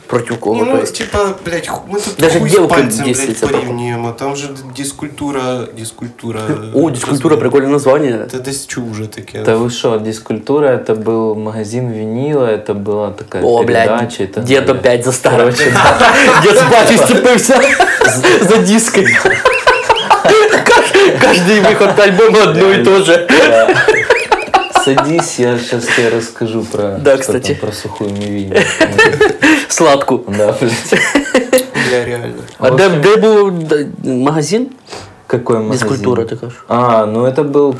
Speaker 3: Проти кого.
Speaker 1: Ну,
Speaker 3: то
Speaker 1: ну
Speaker 3: есть.
Speaker 1: типа, блядь, ху- ми тут
Speaker 3: Даже
Speaker 1: хуй з
Speaker 3: дівки
Speaker 1: пальцем, блядь,
Speaker 3: дісяться трохи.
Speaker 1: порівнюємо. Там же дискультура, дискультура.
Speaker 3: О, дискультура, прикольне названня.
Speaker 1: Ти десь чув вже таке.
Speaker 2: Это вы что, дискультура, это был магазин винила, это была такая
Speaker 3: О, блядь,
Speaker 2: передача. это
Speaker 3: дед
Speaker 2: далее.
Speaker 3: опять за старого.
Speaker 2: Короче,
Speaker 3: Дед с батей сцепився за диской. Каждый выход альбома одно и то же.
Speaker 2: Да. Садись, я сейчас тебе расскажу про,
Speaker 3: Да,
Speaker 2: что там,
Speaker 3: кстати.
Speaker 2: про сухую мивиню.
Speaker 3: Сладку.
Speaker 2: Да, блядь.
Speaker 1: Бля, реально.
Speaker 3: А де, де був д- магазин?
Speaker 2: Какой магазин?
Speaker 3: Дискультура, ти кажеш.
Speaker 2: А, ну это был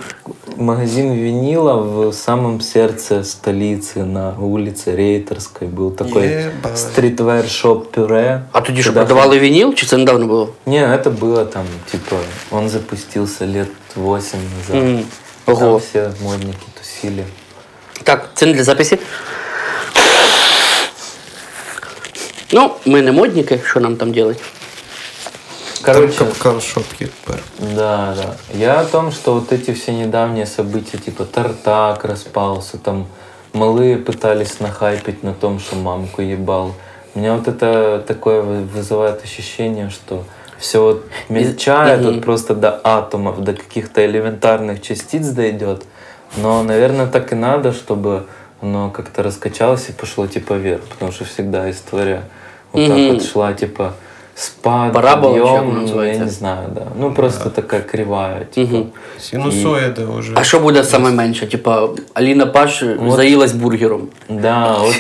Speaker 2: магазин винила в самом сердце столицы, на улице Рейтерской. Был такой
Speaker 1: Ебать.
Speaker 2: стритвер-шоп пюре.
Speaker 3: А тоді що,
Speaker 2: Куда
Speaker 3: продавали вініл, чи це недавно було?
Speaker 2: Не, это было там, типа, он запустился лет 8 назад.
Speaker 3: Мгм.
Speaker 2: Там
Speaker 3: Ого.
Speaker 2: все модники тусили.
Speaker 3: Так, це не для записі. Ну, ми не модники, що нам там робити?
Speaker 1: Там
Speaker 2: Короче,
Speaker 1: капкан шоп є тепер.
Speaker 2: да, да. Я о том, что вот эти все недавние события, типа Тартак распался, там малые пытались нахайпить на том, что мамку ебал. У меня вот это такое вы- вызывает ощущение, что все вот мельчает, вот просто до атомов, до каких-то элементарных частиц дойдет. Но, наверное, так и надо, чтобы оно как-то раскачалось и пошло типа вверх, потому что всегда история вот так вот шла, типа спад,
Speaker 3: Парабола, чё она
Speaker 2: подъем, я
Speaker 3: называется?
Speaker 2: не знаю, да. Ну, просто такая кривая, типа.
Speaker 1: Синусоїда вже.
Speaker 3: А що буде саме менше? Типа, Аліна Паш заїлась бургером.
Speaker 2: Да, вот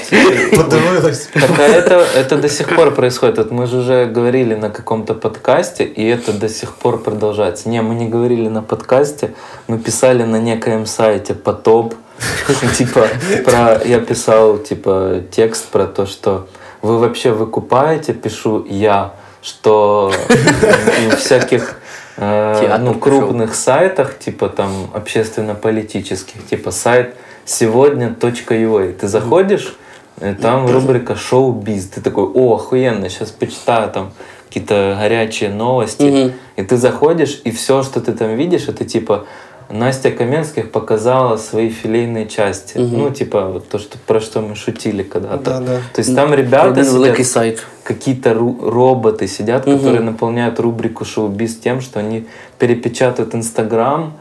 Speaker 1: Подивилась.
Speaker 2: Так а это, это до сих пор происходит. Вот мы же уже говорили на каком-то подкасте, и это до сих пор продолжается. Не, мы не говорили на подкасте, мы писали на некоем сайте потоп. Типа, про, я писал типа текст про то, что вы вообще выкупаете, пишу я, что в всяких э,
Speaker 3: Театр
Speaker 2: ну,
Speaker 3: пошел.
Speaker 2: крупных сайтах, типа там общественно-политических, типа сайт сегодня.ua. а. Ты заходишь, э, там рубрика «Шоу-биз». Ты такой, о, охуенно, сейчас почитаю там какие-то горячие новости.
Speaker 3: Мгм.
Speaker 2: И ты заходишь, и все, что ты там видишь, это типа Настя Каменских показала свои филейные части. Ну, типа, вот то, что, про что мы шутили когда-то.
Speaker 1: Да, да.
Speaker 2: То есть там ребята
Speaker 3: Один
Speaker 2: сидят,
Speaker 3: великий сайт.
Speaker 2: какие-то ру- роботы сидят, которые наполняют рубрику шоу-биз тем, что они перепечатают Инстаграм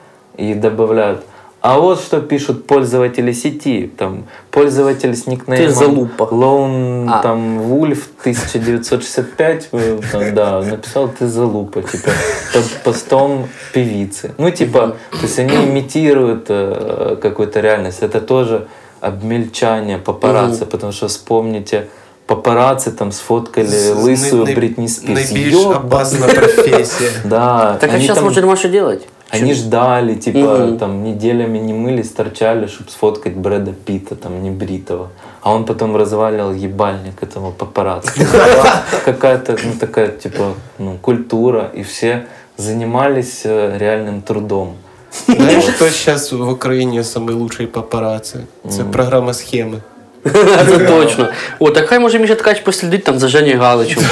Speaker 2: и добавляют. А вот что пишут пользователи сети. Там, пользователь с никнеймом
Speaker 3: залупа.
Speaker 2: Лоун,
Speaker 3: А.
Speaker 2: там, Вульф 1965, э, там, да, написал ты залупа, типа, под постом певицы. Ну, типа, то есть они имитируют э, какую-то реальность. Это тоже обмельчание папарацци, потому что вспомните, папарацци там сфоткали лысую
Speaker 1: Най- най-
Speaker 2: Бритни Спирс.
Speaker 1: Найбільш
Speaker 2: Ёба-
Speaker 1: опасна професія.
Speaker 2: Да,
Speaker 3: Так а
Speaker 2: они
Speaker 3: сейчас
Speaker 2: там-
Speaker 3: можно Маша делать.
Speaker 2: они ждали, типа,
Speaker 3: Мгм.
Speaker 2: там неделями не мылись, торчали, чтобы сфоткать Брэда Питта, там, не бритого. А он потом развалил ебальник этому папарацци. Была Какая-то, ну, такая, типа, ну, культура, и все занимались э, реальным трудом.
Speaker 1: Знаєш, хто зараз в Україні найкращий папараці? Це програма схеми.
Speaker 3: Це точно. О, так хай може Міша Ткач послідить там за Женю Галичем.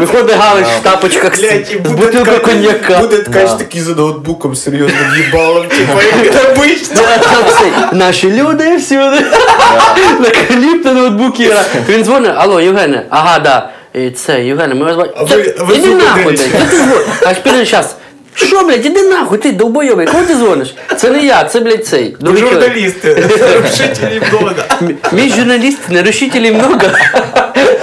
Speaker 3: Виходить Галич в тапочках з
Speaker 1: Блять, і
Speaker 3: з
Speaker 1: буде
Speaker 3: бутилкою
Speaker 1: ткач-
Speaker 3: коньяка.
Speaker 1: Буде ткач
Speaker 2: Да.
Speaker 1: такий за ноутбуком серйозно їбалом, типа як обично.
Speaker 3: Да, там все, Наші люди всюди. На кліп на ноутбук Іра. Він дзвонить, алло, Євгене, ага, да. І Це, Євгене, ми вас
Speaker 1: А
Speaker 3: бачимо.
Speaker 1: ви- а ви
Speaker 3: Іди
Speaker 1: зуби
Speaker 3: нахуй,
Speaker 1: дивіться.
Speaker 3: блядь. я тут дзвоню. Аж перед час. Що, блядь, іди нахуй, ти довбойовий, кого ти дзвониш? Це не я, це, блядь, цей.
Speaker 1: Ви
Speaker 3: другий чоловік.
Speaker 1: журналісти, нарушителі года.
Speaker 3: М- Мій журналіст, нарушителей много.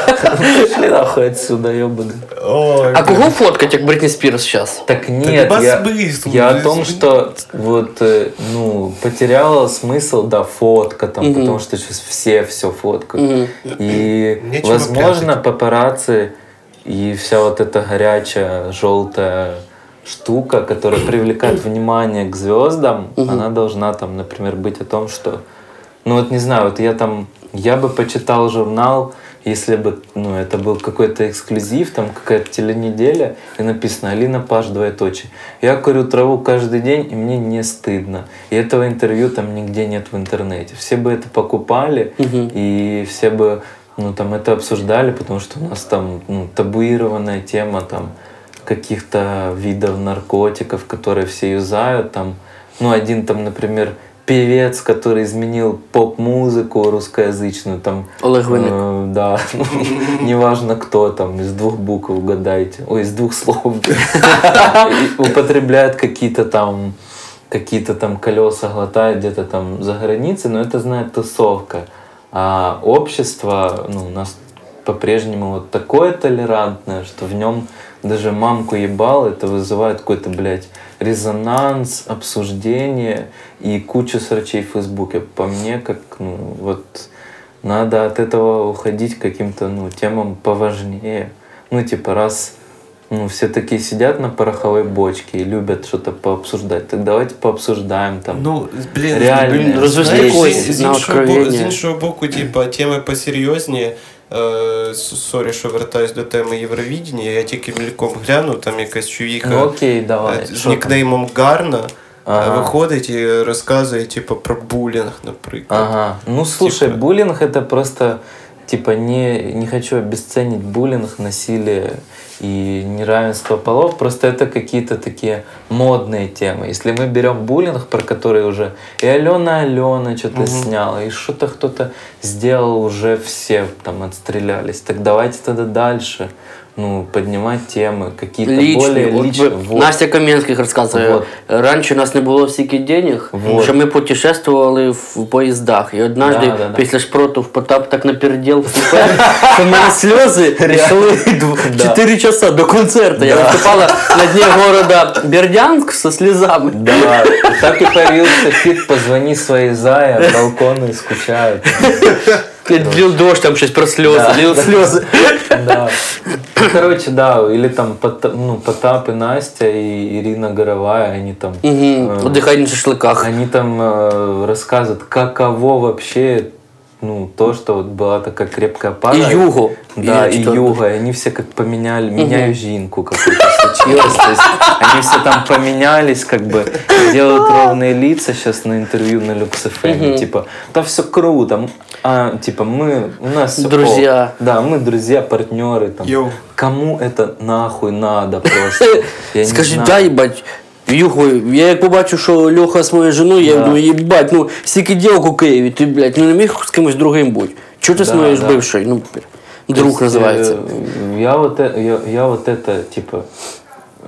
Speaker 2: Пошли нахуй отсюда, ебаный.
Speaker 1: Ой,
Speaker 3: А кого фоткать, як Бритні Спірс зараз?
Speaker 2: Так нет,
Speaker 1: по
Speaker 2: я,
Speaker 1: смыслу,
Speaker 2: я
Speaker 1: то
Speaker 2: о том,
Speaker 1: есть,
Speaker 2: что вот, э, ну, потеряла смысл, да, фотка там, потому что сейчас все все фоткают. И,
Speaker 1: Нечего
Speaker 2: возможно, папарацци и вся вот эта горячая желтая штука, которая привлекает внимание к звездам, она должна там, например, быть о том, что, ну вот не знаю, вот я там, я бы почитал журнал, если бы, ну, это был какой-то эксклюзив, там какая-то теленеделя, и написано «Алина Паш, двоеточие». Я курю траву каждый день, и мне не стыдно. И этого интервью там нигде нет в интернете. Все бы это покупали, и все бы, ну, там это обсуждали, потому что у нас там, ну, табуированная тема, там, каких-то видов наркотиков, которые все юзают. Там, ну, один там, например, певец, который изменил поп-музыку русскоязычную, там...
Speaker 3: Олег Винник.
Speaker 2: э, да, ну, неважно кто там, из двух букв угадайте. Ой, из двух слов. И Употребляет какие-то там какие-то там колеса глотает где-то там за границей, но это знает тусовка. А общество, ну, у нас по-прежнему вот такое толерантное, что в нем даже мамку ебал, это вызывает какой-то, блядь, резонанс, обсуждение и кучу срачей в Фейсбуке. По мне, как, ну, вот надо от этого уходить к каким-то, ну, темам поважнее. Ну, типа, раз ну, все такие сидят на пороховой бочке и любят что-то пообсуждать. Так давайте пообсуждаем там.
Speaker 1: Ну, блін,
Speaker 2: Реально.
Speaker 1: блін,
Speaker 3: Розвести
Speaker 1: з- з,
Speaker 3: на
Speaker 1: іншого
Speaker 3: откровення.
Speaker 1: боку, з іншого боку, типа, теми посерйозні. Е, с- сорі, що вертаюсь до теми Євровідіння. Я тільки мільком гляну, там якась чувіха.
Speaker 2: Ну, окей, давай.
Speaker 1: З
Speaker 2: Що там?
Speaker 1: нікнеймом Гарна
Speaker 2: Ага.
Speaker 1: е, виходить і розказує, типу, про булінг, наприклад.
Speaker 2: Ага. Ну слушай,
Speaker 1: Типа-
Speaker 2: буллинг это просто типа не, не хочу обесценить буллинг, насилие и неравенство полов. Просто это какие-то такие модные темы. Если мы берем буллинг, про который уже и Алена Алена что-то сняла, и что-то кто-то сделал, уже все там отстрелялись. Так давайте тогда дальше. Ну, поднимать темы, какие-то более
Speaker 3: Лічний. от
Speaker 2: личные.
Speaker 3: ви-
Speaker 2: Вот.
Speaker 3: Настя Кам'янських розказує.
Speaker 2: Вот.
Speaker 3: Раніше у нас не було стільки денег,
Speaker 2: Вот.
Speaker 3: що ми путешествували в поїздах. І однажды
Speaker 2: Да, да, да.
Speaker 3: після шпроту в Потап так напердел в купе, що в мене сльози йшли дв-
Speaker 2: Да.
Speaker 3: 4 часа до концерту. Я виступала на дні города Бердянськ со сльозами.
Speaker 2: Да, и так и появился хит «Позвони своей зае», балконы скучают.
Speaker 3: І Лил дощ там щось про сльози,
Speaker 2: Да.
Speaker 3: лил сльози.
Speaker 2: Да. Ну, Короче, да, или там Пота- ну, Потап и Настя, и Ирина Горовая, они там...
Speaker 3: Мгм.
Speaker 2: э,
Speaker 3: Отдихай на шашликах.
Speaker 2: Они там э, рассказывают, каково вообще ну, то, что вот была такая крепкая пара.
Speaker 3: И Юго.
Speaker 2: Да,
Speaker 3: И
Speaker 2: и,
Speaker 3: четвёртый.
Speaker 2: Юга. И они все как поменяли, меняю жинку какую-то случилось. То есть они все там поменялись, как бы делают
Speaker 3: А.
Speaker 2: ровные лица сейчас на интервью на Люкс FM, Типа, да все круто. м, А, типа, мы, у нас всё
Speaker 3: Друзья.
Speaker 2: ок». Да, мы друзья, партнеры. Там.
Speaker 1: Йоу.
Speaker 2: Кому это нахуй надо просто? Я не
Speaker 3: Скажи,
Speaker 2: знаю.
Speaker 3: да, їбать. Юху, я як побачу, що Льоха з моєю женою, я
Speaker 2: Да.
Speaker 3: думаю, їбать, ну стільки ділок у Києві, ти, блядь, ну не міг з кимось другим бути. Чого ти з
Speaker 2: Да,
Speaker 3: моєю ж
Speaker 2: да. Тобто,
Speaker 3: бившою? Ну,
Speaker 2: То
Speaker 3: друг
Speaker 2: есть,
Speaker 3: називається.
Speaker 2: э, Я вот, э- я, я вот это, типа,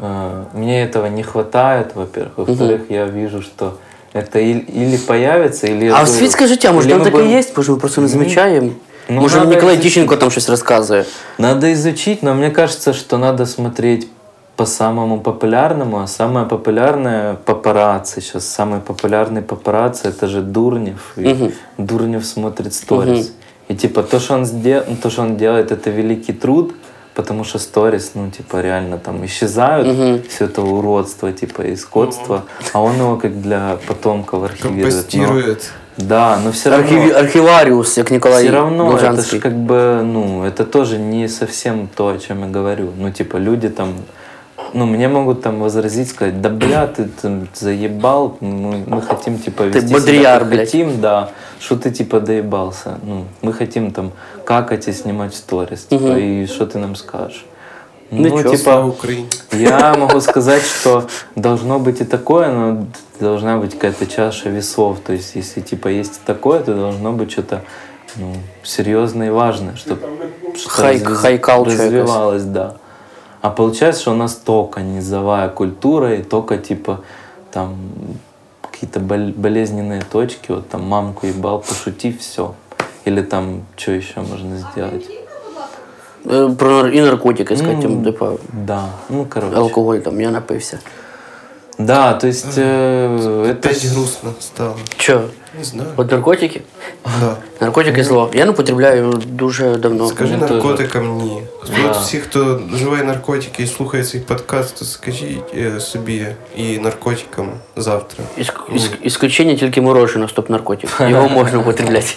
Speaker 2: э, мне этого не хватает, во-первых. Во-вторых, я вижу, что это или, или появится, или... я
Speaker 3: А
Speaker 2: говорю,
Speaker 3: світське життя, може,
Speaker 2: или
Speaker 3: там
Speaker 2: мы
Speaker 3: таке
Speaker 2: будем-
Speaker 3: є, може, ми просто не замічаємо.
Speaker 2: Ну,
Speaker 3: може,
Speaker 2: надо
Speaker 3: Ніколай
Speaker 2: изучить.
Speaker 3: Тіщенко там щось розказує.
Speaker 2: Надо изучить, но мне кажется, что надо смотреть по самому популярному, а самое популярное папарацци сейчас. Самый популярный папарацци это же Дурнев. И Дурнев смотрит сторис. И типа то что, он сде- то, что он делает, это великий труд, потому что сторис, ну типа реально там исчезают все это уродство, типа и скотство, а он его как для потомков архивирует. Но-
Speaker 1: Компостирует.
Speaker 2: да, но все равно...
Speaker 3: Архів... Архіваріус, як Ніколай
Speaker 2: Все равно, это ж
Speaker 3: Должанський.
Speaker 2: как бы, ну, это тоже не совсем то, о чем я говорю. Ну, типа, люди там, ну, мне могут там возразить, сказать, да, бля, ты там заебал, мы, мы хотим, типа, вести себя,
Speaker 3: бодряр,
Speaker 2: как
Speaker 3: блядь.
Speaker 2: хотим, да, что ты, типа, доебался. Ну, мы хотим там какать и снимать сторис, типа, и что ты нам скажешь? Ну, типа,
Speaker 3: Ничего,
Speaker 1: Слава Україні.
Speaker 2: Я могу сказать, что должно быть и такое, но должна быть какая-то чаша весов. То есть, если типа есть и такое, то должно быть что-то ну, серьезное и важное, чтобы
Speaker 3: Хай- high culture
Speaker 2: развивалось, да. А получается, что у нас только низовая культура и только типа там какие-то бол- болезненные точки, вот там мамку ебал, пошути, все. Или там что еще можно сделать?
Speaker 3: Е, Про нар- і наркотики, скажімо,
Speaker 2: Ну,
Speaker 3: типа
Speaker 2: Да, ну короче.
Speaker 3: алкоголь там, я напився.
Speaker 2: Да, то есть э, это
Speaker 1: Опять грустно стало.
Speaker 3: Чо?
Speaker 1: Не знаю.
Speaker 3: От наркотики?
Speaker 1: Да.
Speaker 3: Наркотики зло. Я не потребляю дуже давно.
Speaker 1: Скажи
Speaker 2: Мені теж.
Speaker 1: наркотикам ні.
Speaker 2: Да.
Speaker 1: От всі, хто живе наркотики і слухає цей подкаст, то скажіть е, собі і наркотикам завтра.
Speaker 3: Іск- іск- Ісключення тільки мороженого стоп наркотик. Його можна употребляти.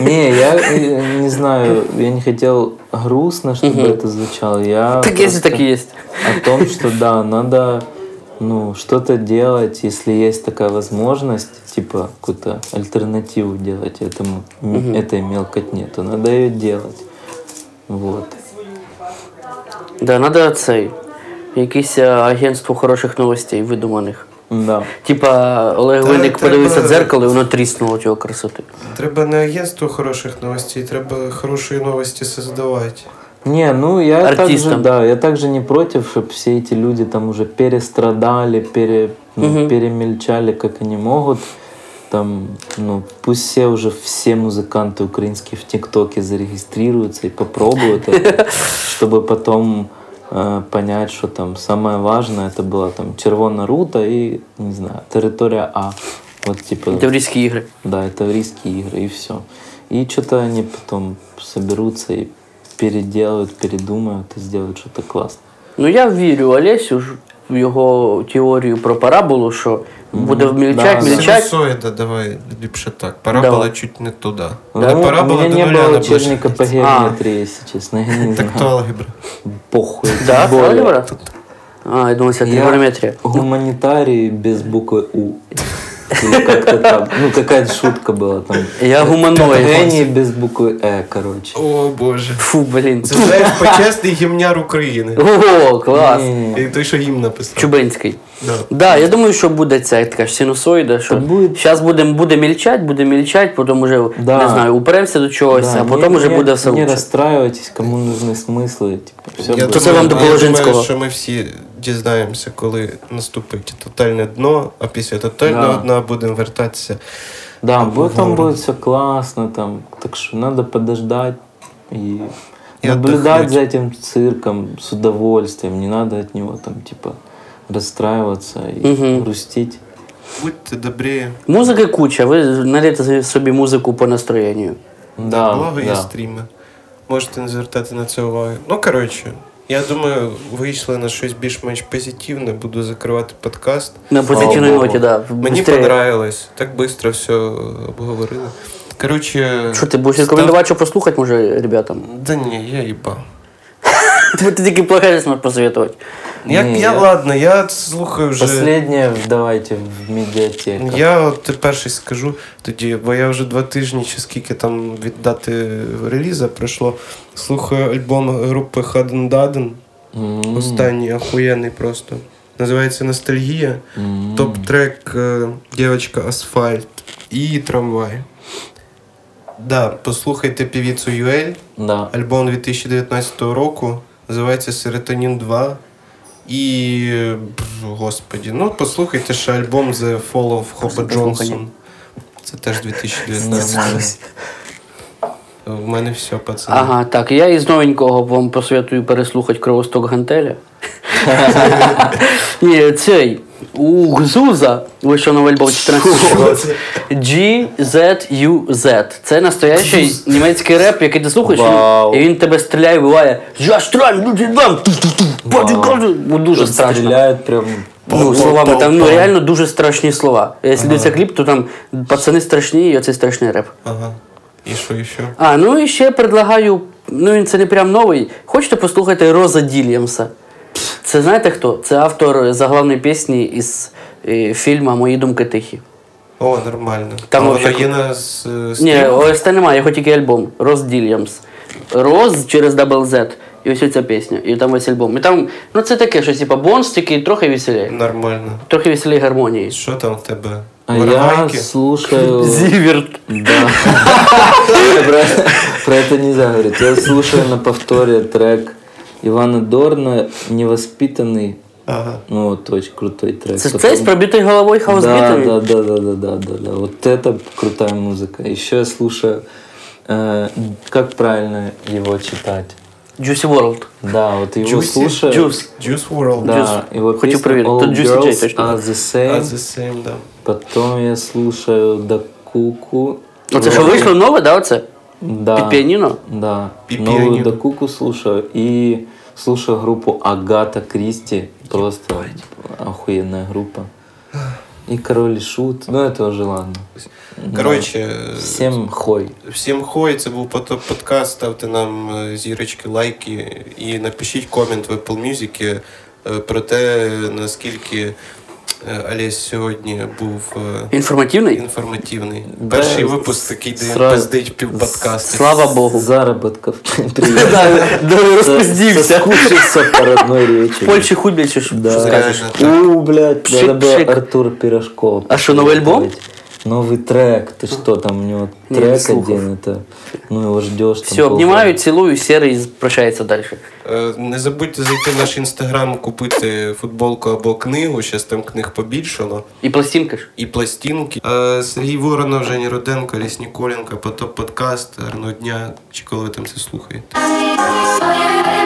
Speaker 2: Не, я э, не знаю, я не хотел грустно, чтобы это звучало. Я
Speaker 3: Так є,
Speaker 2: просто
Speaker 3: так і є.
Speaker 2: о том, что да, надо ну, что-то делать, если есть такая возможность, типа какую-то альтернативу делать этому, м- этой мелкотне, то надо ее делать. Вот.
Speaker 3: Да, надо цей. Якесь е, агентство хороших новостей видуманих.
Speaker 2: Да.
Speaker 3: Типа Олег
Speaker 1: Та
Speaker 3: Винник
Speaker 1: треба-
Speaker 3: подивився в дзеркало і воно тріснуло від його красоти.
Speaker 1: Треба не агентство хороших новостей, треба хороші новості создавати.
Speaker 2: Не, ну я также,
Speaker 3: Артистом.
Speaker 2: да, я также не против, чтобы все эти люди там уже перестрадали, пере, ну, перемельчали, как они могут. Там, ну, пусть все уже, все музыканты украинские в ТикТоке зарегистрируются и попробуют это, чтобы потом э, понять, что там самое важное, это была там Червона Рута и, не знаю, Территория А. Вот типа...
Speaker 3: Таврійські ігри.
Speaker 2: Да, это риски игры, и все. И что-то они потом соберутся и переделают, передумают и сделают что-то классное.
Speaker 3: Ну я вірю Олесю ж в його теорію про параболу, що буде
Speaker 2: Да,
Speaker 3: мільчать,
Speaker 2: да.
Speaker 3: мільчать.
Speaker 1: Синусоїда, давай ліпше так. Парабола
Speaker 3: Давай.
Speaker 1: чуть не туди.
Speaker 2: Ну, у
Speaker 1: парабола до
Speaker 2: меня не
Speaker 1: нуля
Speaker 2: было
Speaker 1: наближена.
Speaker 2: учебника по геометрии, если честно. Я не
Speaker 1: Так то
Speaker 2: знаю.
Speaker 1: алгебра.
Speaker 2: Похуй.
Speaker 3: Да,
Speaker 2: тем более.
Speaker 3: алгебра? А, я думаю, це тригонометрія.
Speaker 2: Гуманитарий без буквы У. Или как-то там. Ну, какая-то шутка была там.
Speaker 3: Я гуманоїд.
Speaker 2: Гений без буквы Э, короче.
Speaker 1: О боже.
Speaker 3: Фу, блін.
Speaker 1: Це знаєш почесний гімняр України.
Speaker 3: Ого, клас.
Speaker 2: Не-не-не.
Speaker 1: І той, що гімн написав.
Speaker 3: Чубинський.
Speaker 1: Да.
Speaker 3: Да, я думаю, що буде ця така ж синусоїда, що
Speaker 2: буде.
Speaker 3: зараз буде, буде мільчать, буде мільчать, потім уже,
Speaker 2: Да.
Speaker 3: не знаю, уперемося до чогось,
Speaker 2: Да,
Speaker 3: а потім
Speaker 2: не-
Speaker 3: уже
Speaker 2: не-
Speaker 3: буде все
Speaker 2: Не
Speaker 3: лучше.
Speaker 2: расстраивайтесь, кому нужны смыслы. Типа, все
Speaker 1: Я
Speaker 2: будет.
Speaker 3: Це вам до
Speaker 1: думаю, я думаю,
Speaker 3: Положинського.
Speaker 1: що ми всі дізнаємося, коли наступить тотальне дно, а після тотального
Speaker 2: Да.
Speaker 1: дна будемо вертатися.
Speaker 2: Да, будет, там будет все классно, там, так что надо подождать и,
Speaker 1: И
Speaker 2: наблюдать
Speaker 1: отдохнуть.
Speaker 2: за этим цирком с удовольствием. Не надо от него там типа расстраиваться и грустить.
Speaker 1: Будьте добрі,
Speaker 3: Музики куча, ви наліте собі музику по настроєнню.
Speaker 2: Да,
Speaker 1: благо є
Speaker 2: да.
Speaker 1: стріми. Можете не звертати на це уваги. Ну, коротше, я думаю, вийшли на щось більш-менш позитивне, буду закривати подкаст.
Speaker 3: На позитивній
Speaker 2: Богу.
Speaker 3: ноті, так. Да.
Speaker 1: Мені
Speaker 3: Быстрее.
Speaker 1: понравилось. Так швидко все обговорили. Короче...
Speaker 3: Що ти будеш рекомендувати, що послухати, може, ребятам?
Speaker 1: Да не, я їбав.
Speaker 3: Ти тільки плохая зможеш посоветувати.
Speaker 1: Я,
Speaker 2: Ні,
Speaker 1: я,
Speaker 2: я-
Speaker 1: ладно, я слухаю вже.
Speaker 2: Последнее давайте в медиатеку.
Speaker 1: Я от ти перший скажу тоді, бо я вже два тижні чи скільки там від дати реліза пройшло. Слухаю альбом групи Хаден Даден.
Speaker 2: М.
Speaker 1: Останній охуєнний просто. Називається Ностальгія.
Speaker 2: М.
Speaker 1: Топ-трек е, Дівочка Асфальт і Трамвай. Да, послухайте півіцу Юель.
Speaker 2: Да.
Speaker 1: Альбом 2019 року. Називається Серотонін 2. І. е, Господі, ну послухайте ще альбом The Fall of Хоба Джонсон. Це теж 2019. В мене все, пацани.
Speaker 3: Ага, так. Я із новенького вам посоветую переслухати кровосток Гантеля. Ні, цей. У Гзуза вийшов новий альбом 14 році. GZUZ. Це настоящий німецький реп, який ти слухаєш,
Speaker 2: Вау.
Speaker 3: і він тебе стріляє, буває. Я стріляю, ну ти дам! Ну, Дуже страшно.
Speaker 2: Стреляют прям.
Speaker 3: Ну, словами там ну реально дуже страшні слова. Якщо дивиться кліп, то там пацани страшні, і оцей страшний реп.
Speaker 1: Ага. І що, і що?
Speaker 3: А, ну і ще предлагаю, ну він це не прям новий. Хочете послухати Роза Дільямса? Це знаєте хто? Це автор заглавної пісні із е, фільму Мої думки тихі.
Speaker 1: О, нормально.
Speaker 3: Там
Speaker 1: Там воно
Speaker 3: вообще-
Speaker 1: є на с- е,
Speaker 3: Ні,
Speaker 1: стрім?
Speaker 3: ОСТ немає, його тільки альбом. Роз Дільямс. Роз через дабл Z. І ось ця пісня. І там ось альбом. І там, ну це таке, щось типа бонс, тільки трохи веселіє.
Speaker 1: Нормально.
Speaker 3: Трохи веселіє гармонії.
Speaker 1: Що там в тебе?
Speaker 2: А я
Speaker 1: Воровайки?
Speaker 2: слушаю.
Speaker 3: Зіверт.
Speaker 2: Да. про, про это нельзя говорить. Я слушаю на повторе трек Ивана Дорна «Невоспитанный».
Speaker 1: Ага.
Speaker 2: Ну, вот очень крутой трек.
Speaker 3: Це
Speaker 2: Потом-
Speaker 3: цей з пробитою головою
Speaker 2: да,
Speaker 3: хаосбітами?
Speaker 2: да, да, да, да, да, да, да. Вот это крутая музыка. Еще я слушаю, э, как правильно его читать.
Speaker 3: Juicy World.
Speaker 2: Да, вот его
Speaker 1: Juicy?
Speaker 2: Ну, слушаю.
Speaker 3: Juice.
Speaker 1: Juice WRLD.
Speaker 2: Да,
Speaker 3: Juice.
Speaker 2: его
Speaker 3: Хочу
Speaker 2: песня
Speaker 3: проверить.
Speaker 2: All
Speaker 3: Тут Juicy J
Speaker 2: Girls
Speaker 3: точно.
Speaker 2: Are the
Speaker 1: А,
Speaker 2: Same.
Speaker 1: the same, да.
Speaker 2: Потом я слушаю Дакуку.
Speaker 3: Оце що вийшло нове, да, оце?
Speaker 2: Ну, Да.
Speaker 3: Під піаніно?
Speaker 2: Да.
Speaker 1: И
Speaker 2: Новую
Speaker 1: пианино.
Speaker 2: Дакуку слушаю и слушаю группу Агата Кристи. Просто охуенная группа. И Король и Шут. Ну, это уже ладно.
Speaker 1: Коротше, е,
Speaker 2: Всем хой.
Speaker 1: всім хой, це був потоп подкаст. Ставте нам е, зірочки, лайки і напишіть комент в Apple Music е, про те, наскільки е, Олесь сьогодні був е,
Speaker 3: Інформативний?
Speaker 1: інформативний. Перший випуск такий, де він
Speaker 2: сра-
Speaker 1: пиздить півподкасту.
Speaker 3: Слава Богу.
Speaker 2: Заработков. Привет.
Speaker 3: Да, да,
Speaker 2: а.
Speaker 3: розпиздівся.
Speaker 2: Соскучился по родной речи.
Speaker 3: В Польщі хуй більше, що
Speaker 2: Да.
Speaker 3: що скажеш.
Speaker 2: У, блядь,
Speaker 3: Пшик,
Speaker 2: надо
Speaker 3: пшик.
Speaker 2: было Артур Пирожков.
Speaker 3: А что, новый альбом?
Speaker 2: посоветовать. Новый трек. Ты что, там у него
Speaker 3: Не, не
Speaker 2: трек
Speaker 3: слухал.
Speaker 2: один, это... Ну, его ждешь. там
Speaker 3: Все,
Speaker 2: полгода.
Speaker 3: обнімаю, цілую, серий прощається далі.
Speaker 1: Е, Не забудьте зайти в наш інстаграм, купити футболку або книгу. Щас там книг побільшало.
Speaker 3: І пластинка ж.
Speaker 1: і пластинки. Е, Сергій Воронов, Женя Руденко, Ліс Ніколенко, Потоп Подкаст, гарного дня, чи коли ви там це слухаєте.
Speaker 4: Oh, yeah, yeah, yeah.